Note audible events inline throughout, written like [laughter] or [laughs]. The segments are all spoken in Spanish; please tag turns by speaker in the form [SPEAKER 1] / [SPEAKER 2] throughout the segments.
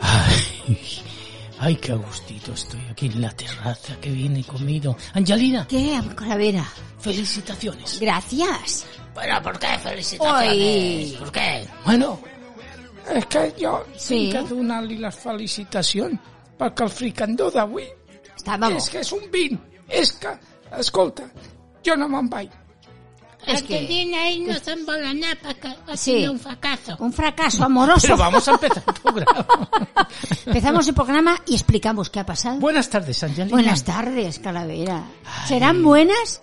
[SPEAKER 1] Ay, ay, qué gustito estoy aquí en la terraza, que bien he comido. Angelina,
[SPEAKER 2] ¿Qué, Colavera?
[SPEAKER 1] felicitaciones.
[SPEAKER 2] Gracias.
[SPEAKER 1] Pero, ¿por qué
[SPEAKER 2] Ay.
[SPEAKER 1] ¿Por qué? Bueno, és que jo
[SPEAKER 2] Sí.
[SPEAKER 1] tinc que donar-li les felicitacions perquè el fricandó d'avui
[SPEAKER 2] Estava bo.
[SPEAKER 1] és que és un vint. És que, escolta, jo no me'n vaig.
[SPEAKER 3] Es
[SPEAKER 2] Ok.
[SPEAKER 3] que viene ahí no se embola nada porque ha
[SPEAKER 2] Sí.
[SPEAKER 3] sido un fracaso.
[SPEAKER 2] Un fracaso amoroso.
[SPEAKER 1] Pero vamos a empezar el programa. [laughs]
[SPEAKER 2] Empezamos el programa y explicamos qué ha pasado.
[SPEAKER 1] Buenas tardes, Angelina.
[SPEAKER 2] Buenas tardes, Calavera. ¿Serán buenas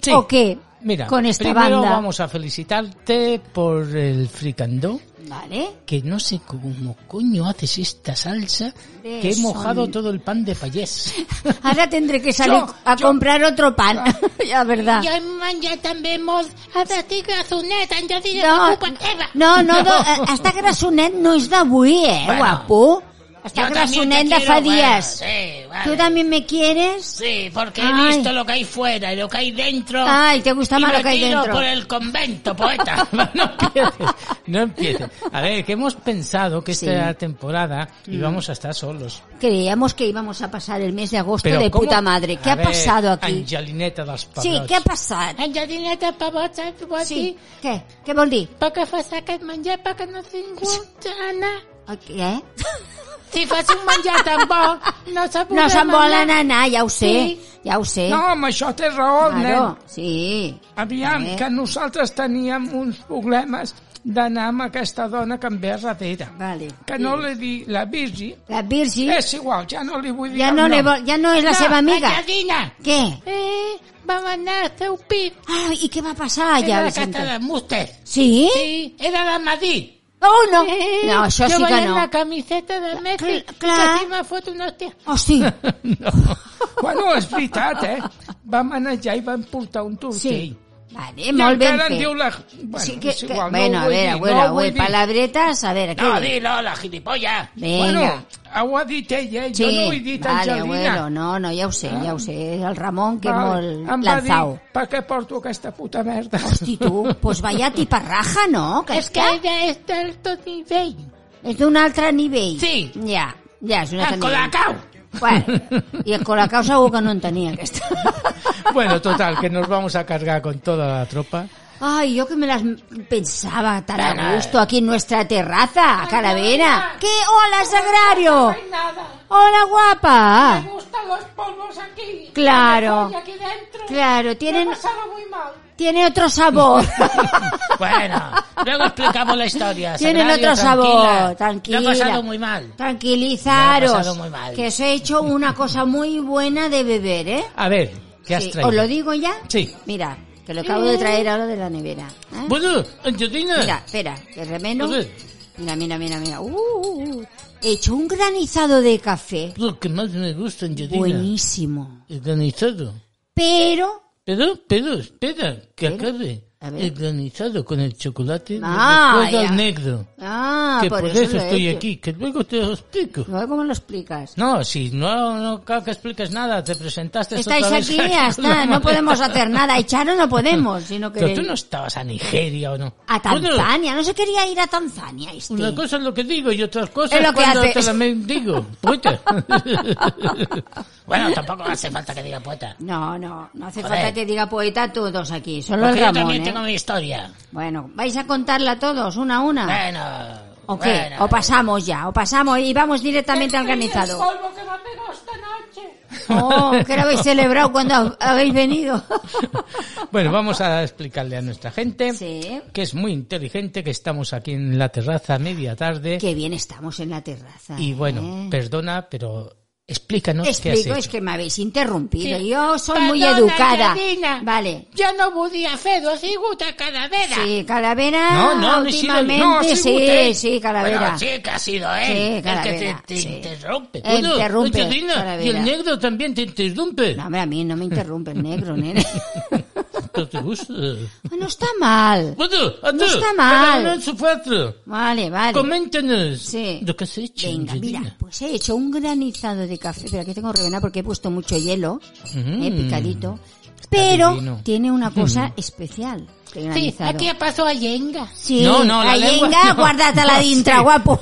[SPEAKER 1] Sí.
[SPEAKER 2] o qué?
[SPEAKER 1] Mira,
[SPEAKER 2] con esta
[SPEAKER 1] primero
[SPEAKER 2] banda.
[SPEAKER 1] vamos a felicitarte por el fricandó,
[SPEAKER 2] Vale.
[SPEAKER 1] que no sé cómo coño haces esta salsa
[SPEAKER 2] De
[SPEAKER 1] que he
[SPEAKER 2] sol.
[SPEAKER 1] mojado todo el pan de payés.
[SPEAKER 2] Ahora tendré que salir
[SPEAKER 1] Yo,
[SPEAKER 2] a
[SPEAKER 1] yo.
[SPEAKER 2] comprar otro pan. [laughs] ya, verdad.
[SPEAKER 3] Y hoy mañana también vamos a decir a su neta, yo diré
[SPEAKER 2] No,
[SPEAKER 3] no. que Eva.
[SPEAKER 2] no, no, no, eh, està grassonet no és d'avui, eh,
[SPEAKER 1] Bueno.
[SPEAKER 2] guapo. Està
[SPEAKER 3] Yo también
[SPEAKER 2] grassonet
[SPEAKER 3] te
[SPEAKER 2] de fa
[SPEAKER 3] quiero,
[SPEAKER 2] dies.
[SPEAKER 3] bueno, sí,
[SPEAKER 2] ¿Tú
[SPEAKER 3] vale.
[SPEAKER 2] también me quieres?
[SPEAKER 3] Sí, porque he
[SPEAKER 2] Ay.
[SPEAKER 3] visto lo que hay fuera y lo que hay dentro.
[SPEAKER 2] Ay, te gusta
[SPEAKER 3] y
[SPEAKER 2] más
[SPEAKER 3] me
[SPEAKER 2] lo que hay
[SPEAKER 3] tiro
[SPEAKER 2] dentro.
[SPEAKER 3] por el convento, poeta.
[SPEAKER 1] [laughs] no empieces, no empieces. A ver, que hemos pensado que esta
[SPEAKER 2] Sí.
[SPEAKER 1] temporada
[SPEAKER 3] Mm.
[SPEAKER 1] íbamos a estar solos.
[SPEAKER 2] Creíamos que íbamos a pasar el mes de agosto
[SPEAKER 1] Pero
[SPEAKER 2] de
[SPEAKER 1] ¿cómo?
[SPEAKER 2] puta madre. ¿Qué
[SPEAKER 1] A
[SPEAKER 2] ha
[SPEAKER 1] ver,
[SPEAKER 2] pasado aquí?
[SPEAKER 1] Angelineta dels
[SPEAKER 2] Sí,
[SPEAKER 1] Pebrots.
[SPEAKER 2] què ha passat?
[SPEAKER 3] Angelina te pavota, tu a
[SPEAKER 2] Sí,
[SPEAKER 3] ti.
[SPEAKER 2] què? Què vol dir?
[SPEAKER 3] Porque fue sacar mañana para que no se encuentran.
[SPEAKER 2] El Què?
[SPEAKER 3] Si fuese un mañana tambor, no se
[SPEAKER 2] No
[SPEAKER 3] pudo
[SPEAKER 2] se'n volen
[SPEAKER 3] mañana.
[SPEAKER 2] anar, ja ho sé,
[SPEAKER 3] Sí.
[SPEAKER 2] ja ho sé.
[SPEAKER 1] No, amb això té raó,
[SPEAKER 2] claro,
[SPEAKER 1] nen.
[SPEAKER 2] sí.
[SPEAKER 1] Aviam,
[SPEAKER 2] Eh.
[SPEAKER 1] que nosaltres teníem uns problemes d'anar amb aquesta dona que em ve a darrere.
[SPEAKER 2] Vale.
[SPEAKER 1] Que no li di la Virgi.
[SPEAKER 2] La Virgi
[SPEAKER 1] És igual, ja no li vull dir
[SPEAKER 2] ja
[SPEAKER 1] el
[SPEAKER 2] no,
[SPEAKER 1] nom.
[SPEAKER 2] le vol, ja no és la
[SPEAKER 3] No,
[SPEAKER 2] seva amiga.
[SPEAKER 3] Angelina.
[SPEAKER 2] Què?
[SPEAKER 3] Eh, vam anar a fer un pit.
[SPEAKER 2] Ai, i què va passar allà,
[SPEAKER 3] era la
[SPEAKER 2] Vicenta?
[SPEAKER 3] casa de Muster.
[SPEAKER 2] Sí?
[SPEAKER 3] Sí, era la Madrid.
[SPEAKER 2] Oh, no.
[SPEAKER 3] Eh,
[SPEAKER 2] No, això
[SPEAKER 3] yo
[SPEAKER 2] sí que
[SPEAKER 3] voy en
[SPEAKER 2] no.
[SPEAKER 3] la camiseta de Messi.
[SPEAKER 2] cl- clar.
[SPEAKER 3] Que si me foto una hostia.
[SPEAKER 1] [laughs]
[SPEAKER 2] Hosti,
[SPEAKER 1] [laughs] No. Bueno, és veritat, eh? Vam anar allà i vam portar un tortell.
[SPEAKER 2] sí. Vale, molt ben
[SPEAKER 1] encara en
[SPEAKER 2] fet.
[SPEAKER 1] diu la... Bueno,
[SPEAKER 2] Sí
[SPEAKER 1] que, és igual,
[SPEAKER 2] bueno,
[SPEAKER 1] no
[SPEAKER 2] a
[SPEAKER 1] ho vull
[SPEAKER 2] veure,
[SPEAKER 1] dir,
[SPEAKER 2] abuela,
[SPEAKER 1] no ho
[SPEAKER 2] abuela,
[SPEAKER 1] vull dir.
[SPEAKER 2] palabretas, a veure,
[SPEAKER 3] No,
[SPEAKER 2] què?
[SPEAKER 3] dilo, la gilipollas.
[SPEAKER 2] Vinga.
[SPEAKER 1] Bueno, ho ha dit ella,
[SPEAKER 2] sí,
[SPEAKER 1] jo no ho he dit,
[SPEAKER 2] vale,
[SPEAKER 1] Angelina.
[SPEAKER 2] abuelo, no, no, ja ho sé, ja ho sé. És el Ramon, que
[SPEAKER 1] Vale,
[SPEAKER 2] és
[SPEAKER 1] em
[SPEAKER 2] molt
[SPEAKER 1] va dir,
[SPEAKER 2] lanzau.
[SPEAKER 1] per què porto aquesta puta merda? [laughs]
[SPEAKER 2] Hosti, tu, pues vaya tiparraja, no? Que
[SPEAKER 3] Es que ella es de alto nivel.
[SPEAKER 2] és d'un altre nivell.
[SPEAKER 3] Sí.
[SPEAKER 2] Ja, ja,
[SPEAKER 1] Em
[SPEAKER 2] és un altre
[SPEAKER 3] El
[SPEAKER 2] nivell.
[SPEAKER 3] colacao.
[SPEAKER 2] Bueno, i el colacao segur que no en tenia, aquesta. [laughs]
[SPEAKER 1] bueno, total, que nos vamos a cargar con toda la tropa.
[SPEAKER 2] Ay, yo que me las pensaba tan a gusto aquí en nuestra terraza, calavera. ¿Qué? ¡Hola, Sagrario!
[SPEAKER 3] Nada.
[SPEAKER 2] ¡Hola, guapa!
[SPEAKER 3] Me gustan los polvos aquí.
[SPEAKER 2] Claro,
[SPEAKER 3] Y aquí dentro.
[SPEAKER 2] claro, tienen,
[SPEAKER 3] Me he pasado muy mal.
[SPEAKER 2] tiene
[SPEAKER 3] [laughs]
[SPEAKER 2] otro sabor.
[SPEAKER 3] Bueno, luego explicamos la historia.
[SPEAKER 2] Tienen
[SPEAKER 3] Sagrario,
[SPEAKER 2] otro sabor,
[SPEAKER 3] Lo he
[SPEAKER 2] tranquila.
[SPEAKER 3] pasado muy mal. Me lo he
[SPEAKER 2] Tranquilizaros,
[SPEAKER 3] pasado muy mal.
[SPEAKER 2] que os he hecho una cosa muy buena de beber, ¿eh?
[SPEAKER 1] A ver, ¿qué has
[SPEAKER 2] Sí,
[SPEAKER 1] traído?
[SPEAKER 2] ¿Os lo digo ya?
[SPEAKER 1] Sí.
[SPEAKER 2] Mira, que lo acabo de traer ahora de la nevera. ¿eh?
[SPEAKER 1] Bueno, Angelina.
[SPEAKER 2] Mira, espera, que remeno.
[SPEAKER 1] A ver.
[SPEAKER 2] Mira, mira, mira, mira. Uh, uh, uh. He hecho un granizado de café.
[SPEAKER 1] Lo que más me gusta, Angelina.
[SPEAKER 2] Buenísimo.
[SPEAKER 1] El granizado.
[SPEAKER 2] Pero...
[SPEAKER 1] Pero, pero, espera, que
[SPEAKER 2] Espera,
[SPEAKER 1] acabe.
[SPEAKER 2] a ver.
[SPEAKER 1] El granizado con el chocolate me
[SPEAKER 2] Ah,
[SPEAKER 1] recuerda
[SPEAKER 2] ya.
[SPEAKER 1] al negro.
[SPEAKER 2] Ah,
[SPEAKER 1] que
[SPEAKER 2] por,
[SPEAKER 1] por,
[SPEAKER 2] lo
[SPEAKER 1] eso,
[SPEAKER 2] he
[SPEAKER 1] estoy
[SPEAKER 2] hecho.
[SPEAKER 1] aquí, que luego te lo explico.
[SPEAKER 2] Luego, ¿Cómo lo explicas?
[SPEAKER 1] No, si no, no creo que expliques nada, te presentaste
[SPEAKER 2] Estáis
[SPEAKER 1] otra vez [laughs]
[SPEAKER 2] aquí y ya está. No podemos hacer nada. Echaros no podemos, si no
[SPEAKER 1] [laughs] Pero
[SPEAKER 2] queréis.
[SPEAKER 1] tú no estabas a Nigeria o no.
[SPEAKER 2] A
[SPEAKER 1] Bueno,
[SPEAKER 2] Tanzania. No se quería ir a Tanzania este.
[SPEAKER 1] Una cosa es lo que digo y otras cosas
[SPEAKER 2] Es lo que
[SPEAKER 1] cuando
[SPEAKER 2] haces.
[SPEAKER 1] te la mendigo.
[SPEAKER 2] [laughs]
[SPEAKER 1] Puta.
[SPEAKER 3] Bueno, tampoco hace falta que diga poeta.
[SPEAKER 2] No, no. No hace
[SPEAKER 3] Joder.
[SPEAKER 2] falta que diga poeta todos aquí. Solo
[SPEAKER 3] Porque
[SPEAKER 2] el
[SPEAKER 3] yo
[SPEAKER 2] Ramón,
[SPEAKER 3] también
[SPEAKER 2] ¿eh?
[SPEAKER 3] tengo mi historia.
[SPEAKER 2] Bueno, ¿vais a contarla todos, una a una?
[SPEAKER 3] Bueno.
[SPEAKER 2] ¿O qué?
[SPEAKER 3] bueno.
[SPEAKER 2] O pasamos ya, o pasamos y vamos directamente al granizado. Oh, que lo habéis celebrado cuando hab- habéis
[SPEAKER 1] [laughs]
[SPEAKER 2] venido.
[SPEAKER 1] bueno, vamos a explicarle a nuestra gente
[SPEAKER 2] Sí.
[SPEAKER 1] que es muy inteligente, que estamos aquí en la terraza a media tarde.
[SPEAKER 2] Qué bien estamos en la terraza.
[SPEAKER 1] Y
[SPEAKER 2] ¿eh?
[SPEAKER 1] bueno, perdona, pero Explícanos qué has
[SPEAKER 2] Explico,
[SPEAKER 1] hecho.
[SPEAKER 2] es que me habéis interrumpido.
[SPEAKER 3] Sí.
[SPEAKER 2] Yo soy muy
[SPEAKER 3] Perdona,
[SPEAKER 2] educada.
[SPEAKER 3] Gallina.
[SPEAKER 2] Vale.
[SPEAKER 3] Yo no volia fer dos guta calavera.
[SPEAKER 2] Sí, calavera.
[SPEAKER 1] No, no, no he sido yo.
[SPEAKER 2] últimamente
[SPEAKER 1] No, sí, usted.
[SPEAKER 2] sí, sí, calavera.
[SPEAKER 1] Bueno, sí, que ha sido él.
[SPEAKER 2] Sí,
[SPEAKER 1] el que te,
[SPEAKER 2] Calavera,
[SPEAKER 1] te
[SPEAKER 2] sí.
[SPEAKER 1] interrumpe.
[SPEAKER 2] Eh,
[SPEAKER 1] Bueno,
[SPEAKER 2] interrumpe,
[SPEAKER 1] Angelina, y
[SPEAKER 2] Calavera.
[SPEAKER 1] el negro también te interrumpe.
[SPEAKER 2] No, hombre, a mí no me interrumpe el negro, nene. [laughs] Ah,
[SPEAKER 1] ¿Qué te gusta?
[SPEAKER 2] no está mal.
[SPEAKER 1] Bueno, a
[SPEAKER 2] No
[SPEAKER 1] tú,
[SPEAKER 2] está
[SPEAKER 1] cada
[SPEAKER 2] mal.
[SPEAKER 1] uno en su cuarto.
[SPEAKER 2] Vale, vale.
[SPEAKER 1] Coméntanos
[SPEAKER 2] Sí.
[SPEAKER 1] lo que has hecho,
[SPEAKER 2] Venga,
[SPEAKER 1] Angelina.
[SPEAKER 2] mira, pues he hecho un granizado de café, pero aquí tengo revena porque he puesto mucho hielo,
[SPEAKER 1] Mm.
[SPEAKER 2] eh, picadito, pero
[SPEAKER 1] divino. Mm.
[SPEAKER 2] tiene una cosa especial. el
[SPEAKER 3] Sí,
[SPEAKER 2] granizado.
[SPEAKER 3] aquí pasó a Yenga.
[SPEAKER 2] Sí,
[SPEAKER 1] No, no, la lengua
[SPEAKER 2] yenga,
[SPEAKER 1] no. [laughs]
[SPEAKER 2] guárdatela
[SPEAKER 1] No,
[SPEAKER 2] dintre,
[SPEAKER 1] sí.
[SPEAKER 2] guapo.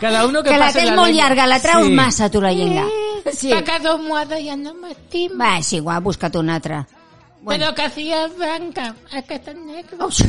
[SPEAKER 1] Cada uno que,
[SPEAKER 2] [laughs] que la
[SPEAKER 1] pase
[SPEAKER 2] tens
[SPEAKER 1] la
[SPEAKER 2] molt
[SPEAKER 1] lengua.
[SPEAKER 2] llarga, la traus
[SPEAKER 1] Sí.
[SPEAKER 2] massa, tu, la yenga.
[SPEAKER 3] Sí. Paca Eh, dos moades ja no m'estima.
[SPEAKER 2] Va, és igual, busca't una altra.
[SPEAKER 3] Bueno. Però que hacía blanca, aquesta negra.
[SPEAKER 1] [laughs]
[SPEAKER 2] Ups,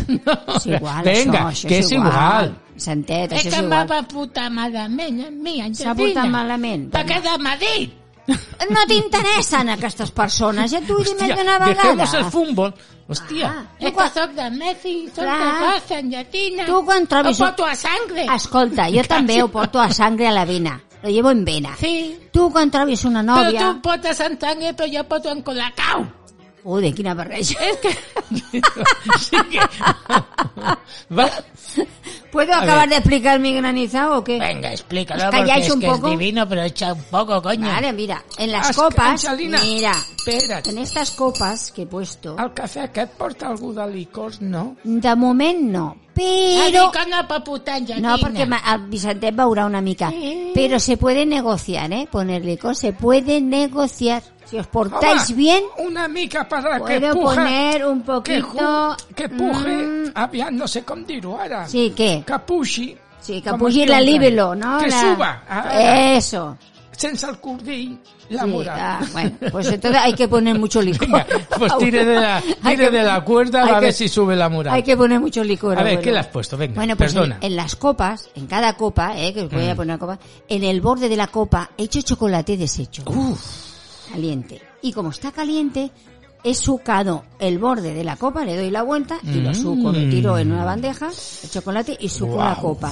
[SPEAKER 2] és igual,
[SPEAKER 1] Venga,
[SPEAKER 2] això, això
[SPEAKER 1] que és
[SPEAKER 2] és igual.
[SPEAKER 1] igual.
[SPEAKER 2] Santet,
[SPEAKER 3] És
[SPEAKER 2] això
[SPEAKER 3] que
[SPEAKER 2] és
[SPEAKER 3] me
[SPEAKER 2] igual.
[SPEAKER 3] va portar malament a mi, Angelina.
[SPEAKER 2] S'ha portat malament.
[SPEAKER 3] Va quedar a Madrid.
[SPEAKER 2] No t'interessen aquestes persones, ja t'ho he dit més
[SPEAKER 1] Hostia,
[SPEAKER 2] d'una vegada.
[SPEAKER 1] dejemos el fútbol. Hostia.
[SPEAKER 2] Ah.
[SPEAKER 3] És que sóc de Messi, sóc de
[SPEAKER 2] Clar.
[SPEAKER 3] Barça, Angelina.
[SPEAKER 2] Tu quan trobis-
[SPEAKER 3] Ho porto a sangre.
[SPEAKER 2] Escolta, jo també ho porto a sangre a la vena. Lo llevo en vena.
[SPEAKER 3] Sí.
[SPEAKER 2] Tu quan trobis una
[SPEAKER 3] Però tu
[SPEAKER 2] nòvia...
[SPEAKER 3] em portes en sangre, però jo porto en colacau.
[SPEAKER 2] Ude, quina barreja.
[SPEAKER 3] És que...
[SPEAKER 1] [laughs] Sí que... [laughs] Va.
[SPEAKER 2] ¿Puedo acabar de explicar mi granizado o qué?
[SPEAKER 1] Venga, explícalo
[SPEAKER 2] ¿Os calláis un poco?
[SPEAKER 1] pero echa un poco, coño.
[SPEAKER 2] Vale, mira, en las
[SPEAKER 1] Has-
[SPEAKER 2] copas...
[SPEAKER 1] Angelina,
[SPEAKER 2] Mira,
[SPEAKER 1] Espera't.
[SPEAKER 2] en estas copas que he puesto...
[SPEAKER 3] Ah.
[SPEAKER 1] El cafè aquest porta algú de licors, no?
[SPEAKER 2] De moment no,
[SPEAKER 3] Però...
[SPEAKER 2] pero...
[SPEAKER 3] Que no pot portar Angelina.
[SPEAKER 2] No, porque ma- el Vicentet veurà una mica. Pero se puede negociar, ¿eh? Poner licor, se puede negociar. Si os portáis
[SPEAKER 4] Toma,
[SPEAKER 2] bien,
[SPEAKER 4] Una mica para que
[SPEAKER 2] puedo
[SPEAKER 4] puja.
[SPEAKER 2] poner un
[SPEAKER 4] que,
[SPEAKER 2] poquito...
[SPEAKER 4] ju- que puje.
[SPEAKER 2] mm,
[SPEAKER 4] aviam, no sé com dir-ho ara.
[SPEAKER 2] sí, ¿qué?
[SPEAKER 4] Que puxi.
[SPEAKER 2] Sí, que
[SPEAKER 4] com
[SPEAKER 2] pugi
[SPEAKER 4] es diu,
[SPEAKER 2] la libelo, no?
[SPEAKER 4] Que
[SPEAKER 2] La-
[SPEAKER 4] suba. Ara,
[SPEAKER 2] Eso.
[SPEAKER 4] Sense el cordill, la
[SPEAKER 2] Sí,
[SPEAKER 4] moral.
[SPEAKER 2] ah,
[SPEAKER 4] [laughs]
[SPEAKER 2] bueno, pues entonces hay que poner
[SPEAKER 1] [laughs]
[SPEAKER 2] mucho licor. [laughs]
[SPEAKER 1] Venga, pues tire de la,
[SPEAKER 2] Hay
[SPEAKER 1] tire
[SPEAKER 2] que-
[SPEAKER 1] de la cuerda
[SPEAKER 2] hay
[SPEAKER 1] a
[SPEAKER 2] que-
[SPEAKER 1] ver si sube la moral.
[SPEAKER 2] Hay que poner mucho licor.
[SPEAKER 1] A ver,
[SPEAKER 2] abuelo.
[SPEAKER 1] ¿qué le has puesto? Venga,
[SPEAKER 2] bueno, pues en,
[SPEAKER 1] perdona. Mm.
[SPEAKER 2] en las copas, en cada copa, eh, que os voy a poner una copa, en el borde de la copa he hecho chocolate deshecho. Caliente. Y como está caliente, he sucado el borde de la copa, le doy la vuelta y
[SPEAKER 1] Mm.
[SPEAKER 2] lo suco, lo tiro en una bandeja, el chocolate y suco la copa.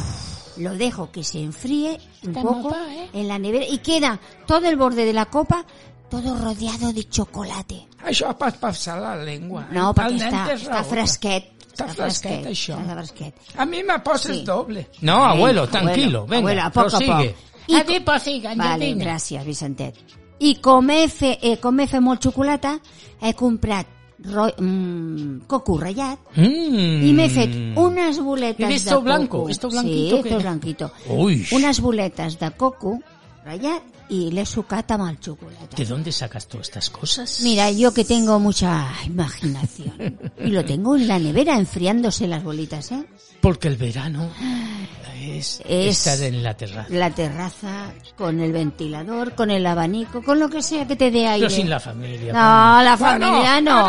[SPEAKER 2] Lo dejo que se enfríe un
[SPEAKER 3] Está
[SPEAKER 2] poco
[SPEAKER 3] mapa, ¿eh?
[SPEAKER 2] en la nevera y queda todo el borde de la copa todo rodeado de chocolate.
[SPEAKER 4] Això per passar la llengua.
[SPEAKER 2] No,
[SPEAKER 4] El
[SPEAKER 2] perquè
[SPEAKER 4] nen
[SPEAKER 2] està,
[SPEAKER 4] té
[SPEAKER 2] està
[SPEAKER 4] raó.
[SPEAKER 2] fresquet.
[SPEAKER 4] Està fresquet, això.
[SPEAKER 2] Està fresquet.
[SPEAKER 4] A mi me poses
[SPEAKER 2] Sí.
[SPEAKER 4] doble.
[SPEAKER 1] No, abuelo, tranquilo. venga,
[SPEAKER 2] abuelo, a poc a
[SPEAKER 1] prosigue.
[SPEAKER 2] poc. I
[SPEAKER 3] A
[SPEAKER 2] co-
[SPEAKER 3] dir, però siga,
[SPEAKER 2] Vale,
[SPEAKER 3] Angelina.
[SPEAKER 2] gràcies, Vicentet. I com he, fe, eh, com he fet molt xocolata, he comprat ro, eh, mm, coco ratllat
[SPEAKER 1] Mm.
[SPEAKER 2] i m'he fet unes boletes
[SPEAKER 1] ¿Y de
[SPEAKER 2] de
[SPEAKER 1] esto blanco?
[SPEAKER 2] coco.
[SPEAKER 1] ¿Esto blanquito
[SPEAKER 2] Sí,
[SPEAKER 1] que-
[SPEAKER 2] esto blanquito.
[SPEAKER 1] Uy.
[SPEAKER 2] Unes boletes de coco ratllat i l'he sucat amb el xocolata.
[SPEAKER 1] ¿De dónde sacas tú estas cosas?
[SPEAKER 2] Mira, yo que tengo mucha imaginación. Y lo tengo en la nevera enfriándose las bolitas, ¿eh?
[SPEAKER 1] Porque el verano es,
[SPEAKER 2] Es-
[SPEAKER 1] estar en la terraza.
[SPEAKER 2] La terraza, con el ventilador, con el abanico, con lo que sea que te dé aire.
[SPEAKER 1] Pero sin la familia.
[SPEAKER 2] No, la
[SPEAKER 4] Bueno,
[SPEAKER 2] familia
[SPEAKER 4] ahora,
[SPEAKER 2] no.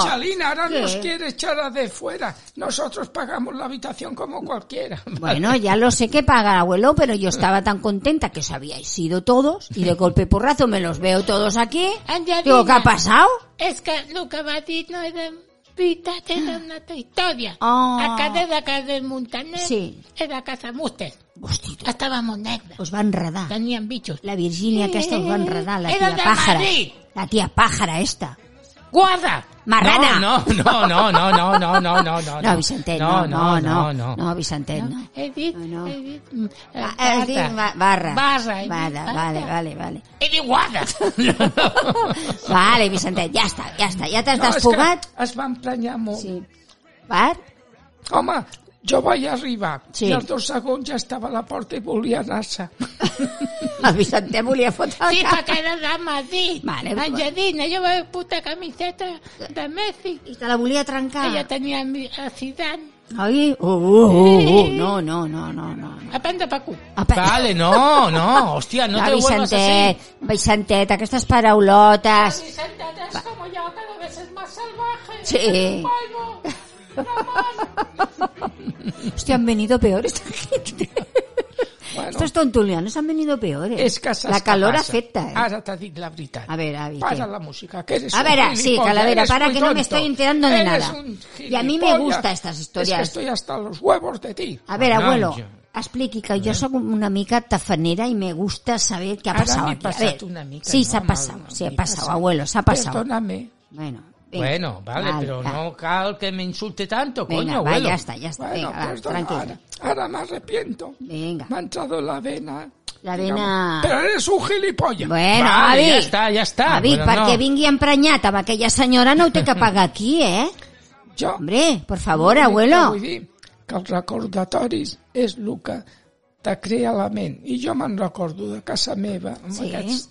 [SPEAKER 4] Angelina, ahora
[SPEAKER 2] ¿Qué?
[SPEAKER 4] nos quiere echar a de fuera. Nosotros pagamos la habitación como cualquiera. [laughs]
[SPEAKER 2] Bueno, ya lo sé que paga abuelo, pero yo estaba tan contenta que os habíais ido todos y de golpe y porrazo me los veo todos aquí.
[SPEAKER 3] Angelina.
[SPEAKER 2] Digo, ¿qué ha pasado?
[SPEAKER 3] És que el que va dir no era veritat, era una altra història.
[SPEAKER 2] Ah.
[SPEAKER 3] A casa de Carles Montaner
[SPEAKER 2] Sí.
[SPEAKER 3] era casa Muster.
[SPEAKER 2] Hostia,
[SPEAKER 3] Estava molt negra.
[SPEAKER 2] os va a enredar.
[SPEAKER 3] Tenien bitxos.
[SPEAKER 2] La Virginia que esta os va a enredar, la
[SPEAKER 3] Era
[SPEAKER 2] tía
[SPEAKER 3] de
[SPEAKER 2] pájara.
[SPEAKER 3] Madrid.
[SPEAKER 2] La tía pájara esta.
[SPEAKER 3] Guarda!
[SPEAKER 2] Marrana.
[SPEAKER 1] No, no, no, no, no, no, no, no, no.
[SPEAKER 2] No, Vicente, no, no, no, no,
[SPEAKER 4] [laughs]
[SPEAKER 2] Vicente, no.
[SPEAKER 3] He dit...
[SPEAKER 2] No, no.
[SPEAKER 3] He dit... mm, eh,
[SPEAKER 2] Ah, eh, sí, ba- barra.
[SPEAKER 3] Barra, eh,
[SPEAKER 2] Barra,
[SPEAKER 3] barra.
[SPEAKER 2] vale, vale, vale.
[SPEAKER 3] He dit
[SPEAKER 2] [laughs]
[SPEAKER 3] guarda!
[SPEAKER 2] Vale, Vicente, ja està, ja està. Ja t'has
[SPEAKER 4] No, és que
[SPEAKER 2] desfogat?
[SPEAKER 4] Es va emprenyar molt.
[SPEAKER 2] Sí. Bar?
[SPEAKER 4] Home, jo vaig arribar
[SPEAKER 2] Sí.
[SPEAKER 4] sí. i als dos segons ja estava a la porta i volia anar-se.
[SPEAKER 2] [laughs] El Vicente volia fotre el
[SPEAKER 3] Sí,
[SPEAKER 2] cap.
[SPEAKER 3] perquè era de Madrid.
[SPEAKER 2] Vale.
[SPEAKER 3] Angelina, jo vaig portar camiseta de Messi.
[SPEAKER 2] I te la volia trencar.
[SPEAKER 3] Ella tenia mi- a Zidane.
[SPEAKER 2] Ai, uh, uh, uh, uh, no, no, no, no, no.
[SPEAKER 3] A pan de Pacú.
[SPEAKER 2] Apa,
[SPEAKER 1] Vale, no, no, hostia, no
[SPEAKER 2] va,
[SPEAKER 1] te vuelvas así.
[SPEAKER 2] Vicentet, Vicentet, aquestes paraulotes...
[SPEAKER 3] Vicenteta es como yo, cada vez es más salvaje.
[SPEAKER 2] Sí.
[SPEAKER 3] Es un
[SPEAKER 2] [laughs]
[SPEAKER 3] polvo.
[SPEAKER 2] Hostia, han venido peores [laughs] esta gente.
[SPEAKER 4] Bueno,
[SPEAKER 2] Estos tontulianos han venido
[SPEAKER 4] [laughs]
[SPEAKER 2] peores.
[SPEAKER 4] és que saps
[SPEAKER 2] la calor
[SPEAKER 4] què passa?
[SPEAKER 2] afecta, eh?
[SPEAKER 1] Ah,
[SPEAKER 4] Ara t'ha dit la veritat.
[SPEAKER 2] A ver, Avi,
[SPEAKER 4] Para
[SPEAKER 2] ¿qué?
[SPEAKER 4] la música, que eres
[SPEAKER 2] A
[SPEAKER 4] un
[SPEAKER 2] ver, ah, sí,
[SPEAKER 4] gilipollas,
[SPEAKER 2] Calavera,
[SPEAKER 4] eres
[SPEAKER 2] para
[SPEAKER 4] muy
[SPEAKER 2] que no me
[SPEAKER 4] tonto.
[SPEAKER 2] estoy enterando de
[SPEAKER 4] Eres
[SPEAKER 2] nada.
[SPEAKER 4] un
[SPEAKER 2] Y a mí me
[SPEAKER 4] gilipollas.
[SPEAKER 2] gusta estas historias.
[SPEAKER 4] Es que estoy hasta los huevos de ti.
[SPEAKER 2] A ver,
[SPEAKER 1] No,
[SPEAKER 2] abuelo,
[SPEAKER 1] yo-
[SPEAKER 2] expliqui que jo sóc una mica tafanera i me gusta saber què ha
[SPEAKER 4] Ara
[SPEAKER 2] passat
[SPEAKER 4] m'he
[SPEAKER 2] aquí. A
[SPEAKER 4] passat
[SPEAKER 2] ver,
[SPEAKER 4] una mica,
[SPEAKER 2] sí,
[SPEAKER 4] no,
[SPEAKER 2] s'ha
[SPEAKER 4] no,
[SPEAKER 2] passat,
[SPEAKER 4] no,
[SPEAKER 2] sí, ha
[SPEAKER 4] m'he
[SPEAKER 2] passat,
[SPEAKER 4] passat.
[SPEAKER 2] abuelo, s'ha passat.
[SPEAKER 4] Perdóname.
[SPEAKER 2] Bueno, venga.
[SPEAKER 1] Bueno, vale, pero
[SPEAKER 2] va.
[SPEAKER 1] no cal que me insulte tanto,
[SPEAKER 2] Venga,
[SPEAKER 1] coño,
[SPEAKER 2] va,
[SPEAKER 1] abuelo.
[SPEAKER 2] ya está, ya está.
[SPEAKER 4] Bueno,
[SPEAKER 2] venga, va,
[SPEAKER 4] perdona,
[SPEAKER 2] tranquilo.
[SPEAKER 4] ahora, ahora me arrepiento.
[SPEAKER 2] Venga.
[SPEAKER 4] Me ha entrado la vena.
[SPEAKER 2] La
[SPEAKER 4] digamos.
[SPEAKER 2] vena-
[SPEAKER 4] Pero eres un gilipollas.
[SPEAKER 2] Bueno,
[SPEAKER 1] Vale,
[SPEAKER 2] David,
[SPEAKER 1] ja està, ja està.
[SPEAKER 2] David,
[SPEAKER 1] Bueno,
[SPEAKER 2] perquè
[SPEAKER 1] no.
[SPEAKER 2] vingui emprenyat amb aquella senyora no ho té que pagar aquí, eh?
[SPEAKER 4] Jo,
[SPEAKER 2] Hombre, por favor,
[SPEAKER 4] Què
[SPEAKER 2] abuelo.
[SPEAKER 4] Vull dir que els recordatoris és el que te crea la ment. I jo me'n recordo de casa meva, amb,
[SPEAKER 2] Sí.
[SPEAKER 4] aquests,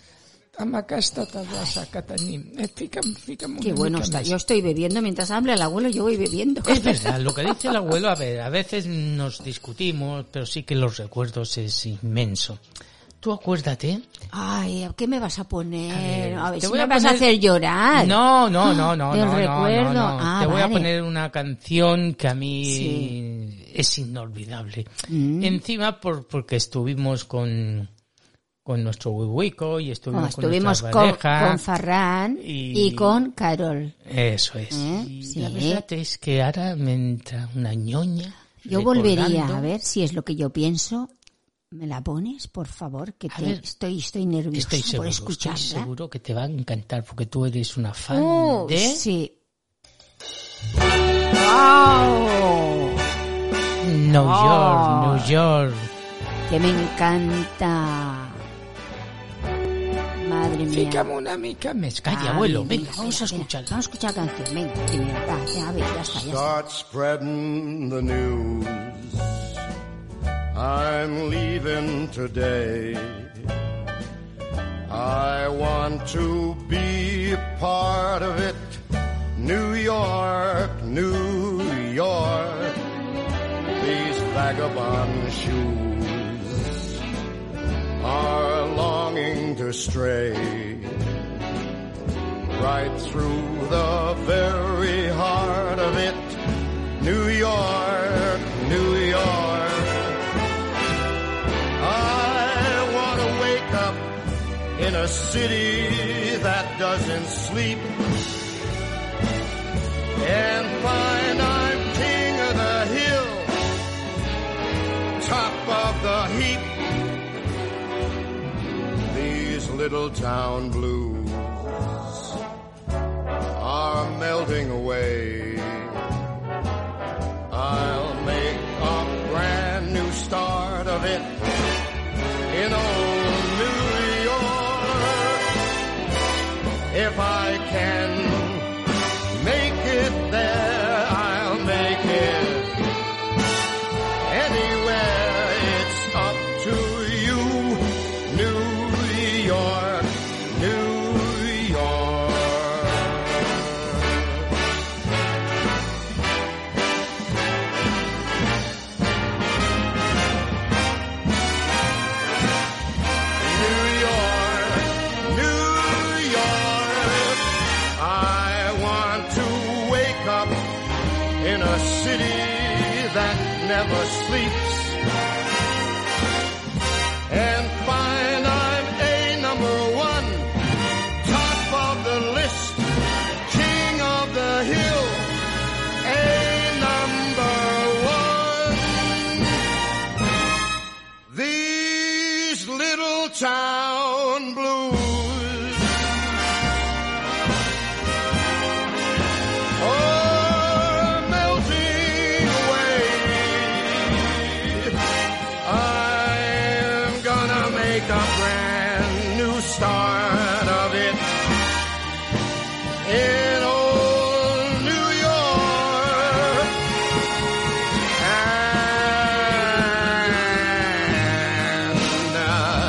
[SPEAKER 4] amb aquesta terrassa que tenim. Eh, fica'm, fica'm una
[SPEAKER 2] Qué bueno
[SPEAKER 4] mica
[SPEAKER 2] está.
[SPEAKER 4] més.
[SPEAKER 2] Yo estoy bebiendo mientras habla el abuelo, yo voy bebiendo.
[SPEAKER 1] Es verdad, lo que dice el abuelo, a ver, a veces nos discutimos, pero sí que los recuerdos es inmenso. Tú acuérdate.
[SPEAKER 2] Ay, ¿qué me vas a poner? A ver,
[SPEAKER 1] te
[SPEAKER 2] si
[SPEAKER 1] voy
[SPEAKER 2] me
[SPEAKER 1] a
[SPEAKER 2] vas a
[SPEAKER 1] poner-
[SPEAKER 2] hacer llorar.
[SPEAKER 1] No, no, no, no,
[SPEAKER 2] del
[SPEAKER 1] no, no, no,
[SPEAKER 2] recuerdo.
[SPEAKER 1] no.
[SPEAKER 2] Ah,
[SPEAKER 1] Te voy a
[SPEAKER 2] vale.
[SPEAKER 1] poner una canción que a mí es inolvidable.
[SPEAKER 2] Mm.
[SPEAKER 1] Encima por, porque estuvimos con con nuestro huihuico y estuvimos,
[SPEAKER 2] Como Ah, estuvimos
[SPEAKER 1] con,
[SPEAKER 2] con,
[SPEAKER 1] nuestra pareja.
[SPEAKER 2] con Farran y...
[SPEAKER 1] y-
[SPEAKER 2] con Carol.
[SPEAKER 1] Eso es.
[SPEAKER 2] ¿Eh?
[SPEAKER 1] Y
[SPEAKER 2] Sí.
[SPEAKER 1] La verdad es que ahora me entra una ñoña.
[SPEAKER 2] Yo
[SPEAKER 1] recordando-
[SPEAKER 2] volvería a ver si es lo que yo pienso. ¿Me la pones, por favor? Que
[SPEAKER 1] A
[SPEAKER 2] te-
[SPEAKER 1] ver,
[SPEAKER 2] estoy, estoy nerviosa
[SPEAKER 1] Estoy seguro,
[SPEAKER 2] por
[SPEAKER 1] estoy
[SPEAKER 2] escucharla.
[SPEAKER 1] seguro que te va a encantar porque tú eres una fan
[SPEAKER 2] Oh,
[SPEAKER 1] de...
[SPEAKER 2] Sí. ¡Wow!
[SPEAKER 1] New
[SPEAKER 2] Oh.
[SPEAKER 1] York, New York.
[SPEAKER 2] Que me encanta. Madre mía.
[SPEAKER 4] Fica'm una mica més.
[SPEAKER 1] Calla,
[SPEAKER 2] Ay,
[SPEAKER 1] abuelo,
[SPEAKER 2] mira,
[SPEAKER 1] venga, vamos a
[SPEAKER 2] espera,
[SPEAKER 1] escuchar.
[SPEAKER 2] Vamos a escuchar la canción, venga, que me va, ya, a ver, ya está, ya está.
[SPEAKER 5] Start spreading the news. I'm leaving today. I want to be a part of it. New York, New York. These vagabond shoes are longing to stray right through the very heart of it. New York, New York. I want to wake up in a city that doesn't sleep and find I'm king of the hill, top of the heap. These little town blues are melting away. I'll make a brand new start of it in old New York. If I can make it there, I'll make it anywhere. It's up to you, New York, New York. New York, New York. I want to wake up in a city that never sleeps and find I'm a number one, top of the list, king of the hill, a number one. These little town blues. are melting away. I'm gonna make a brand new start of it in old New York. And uh,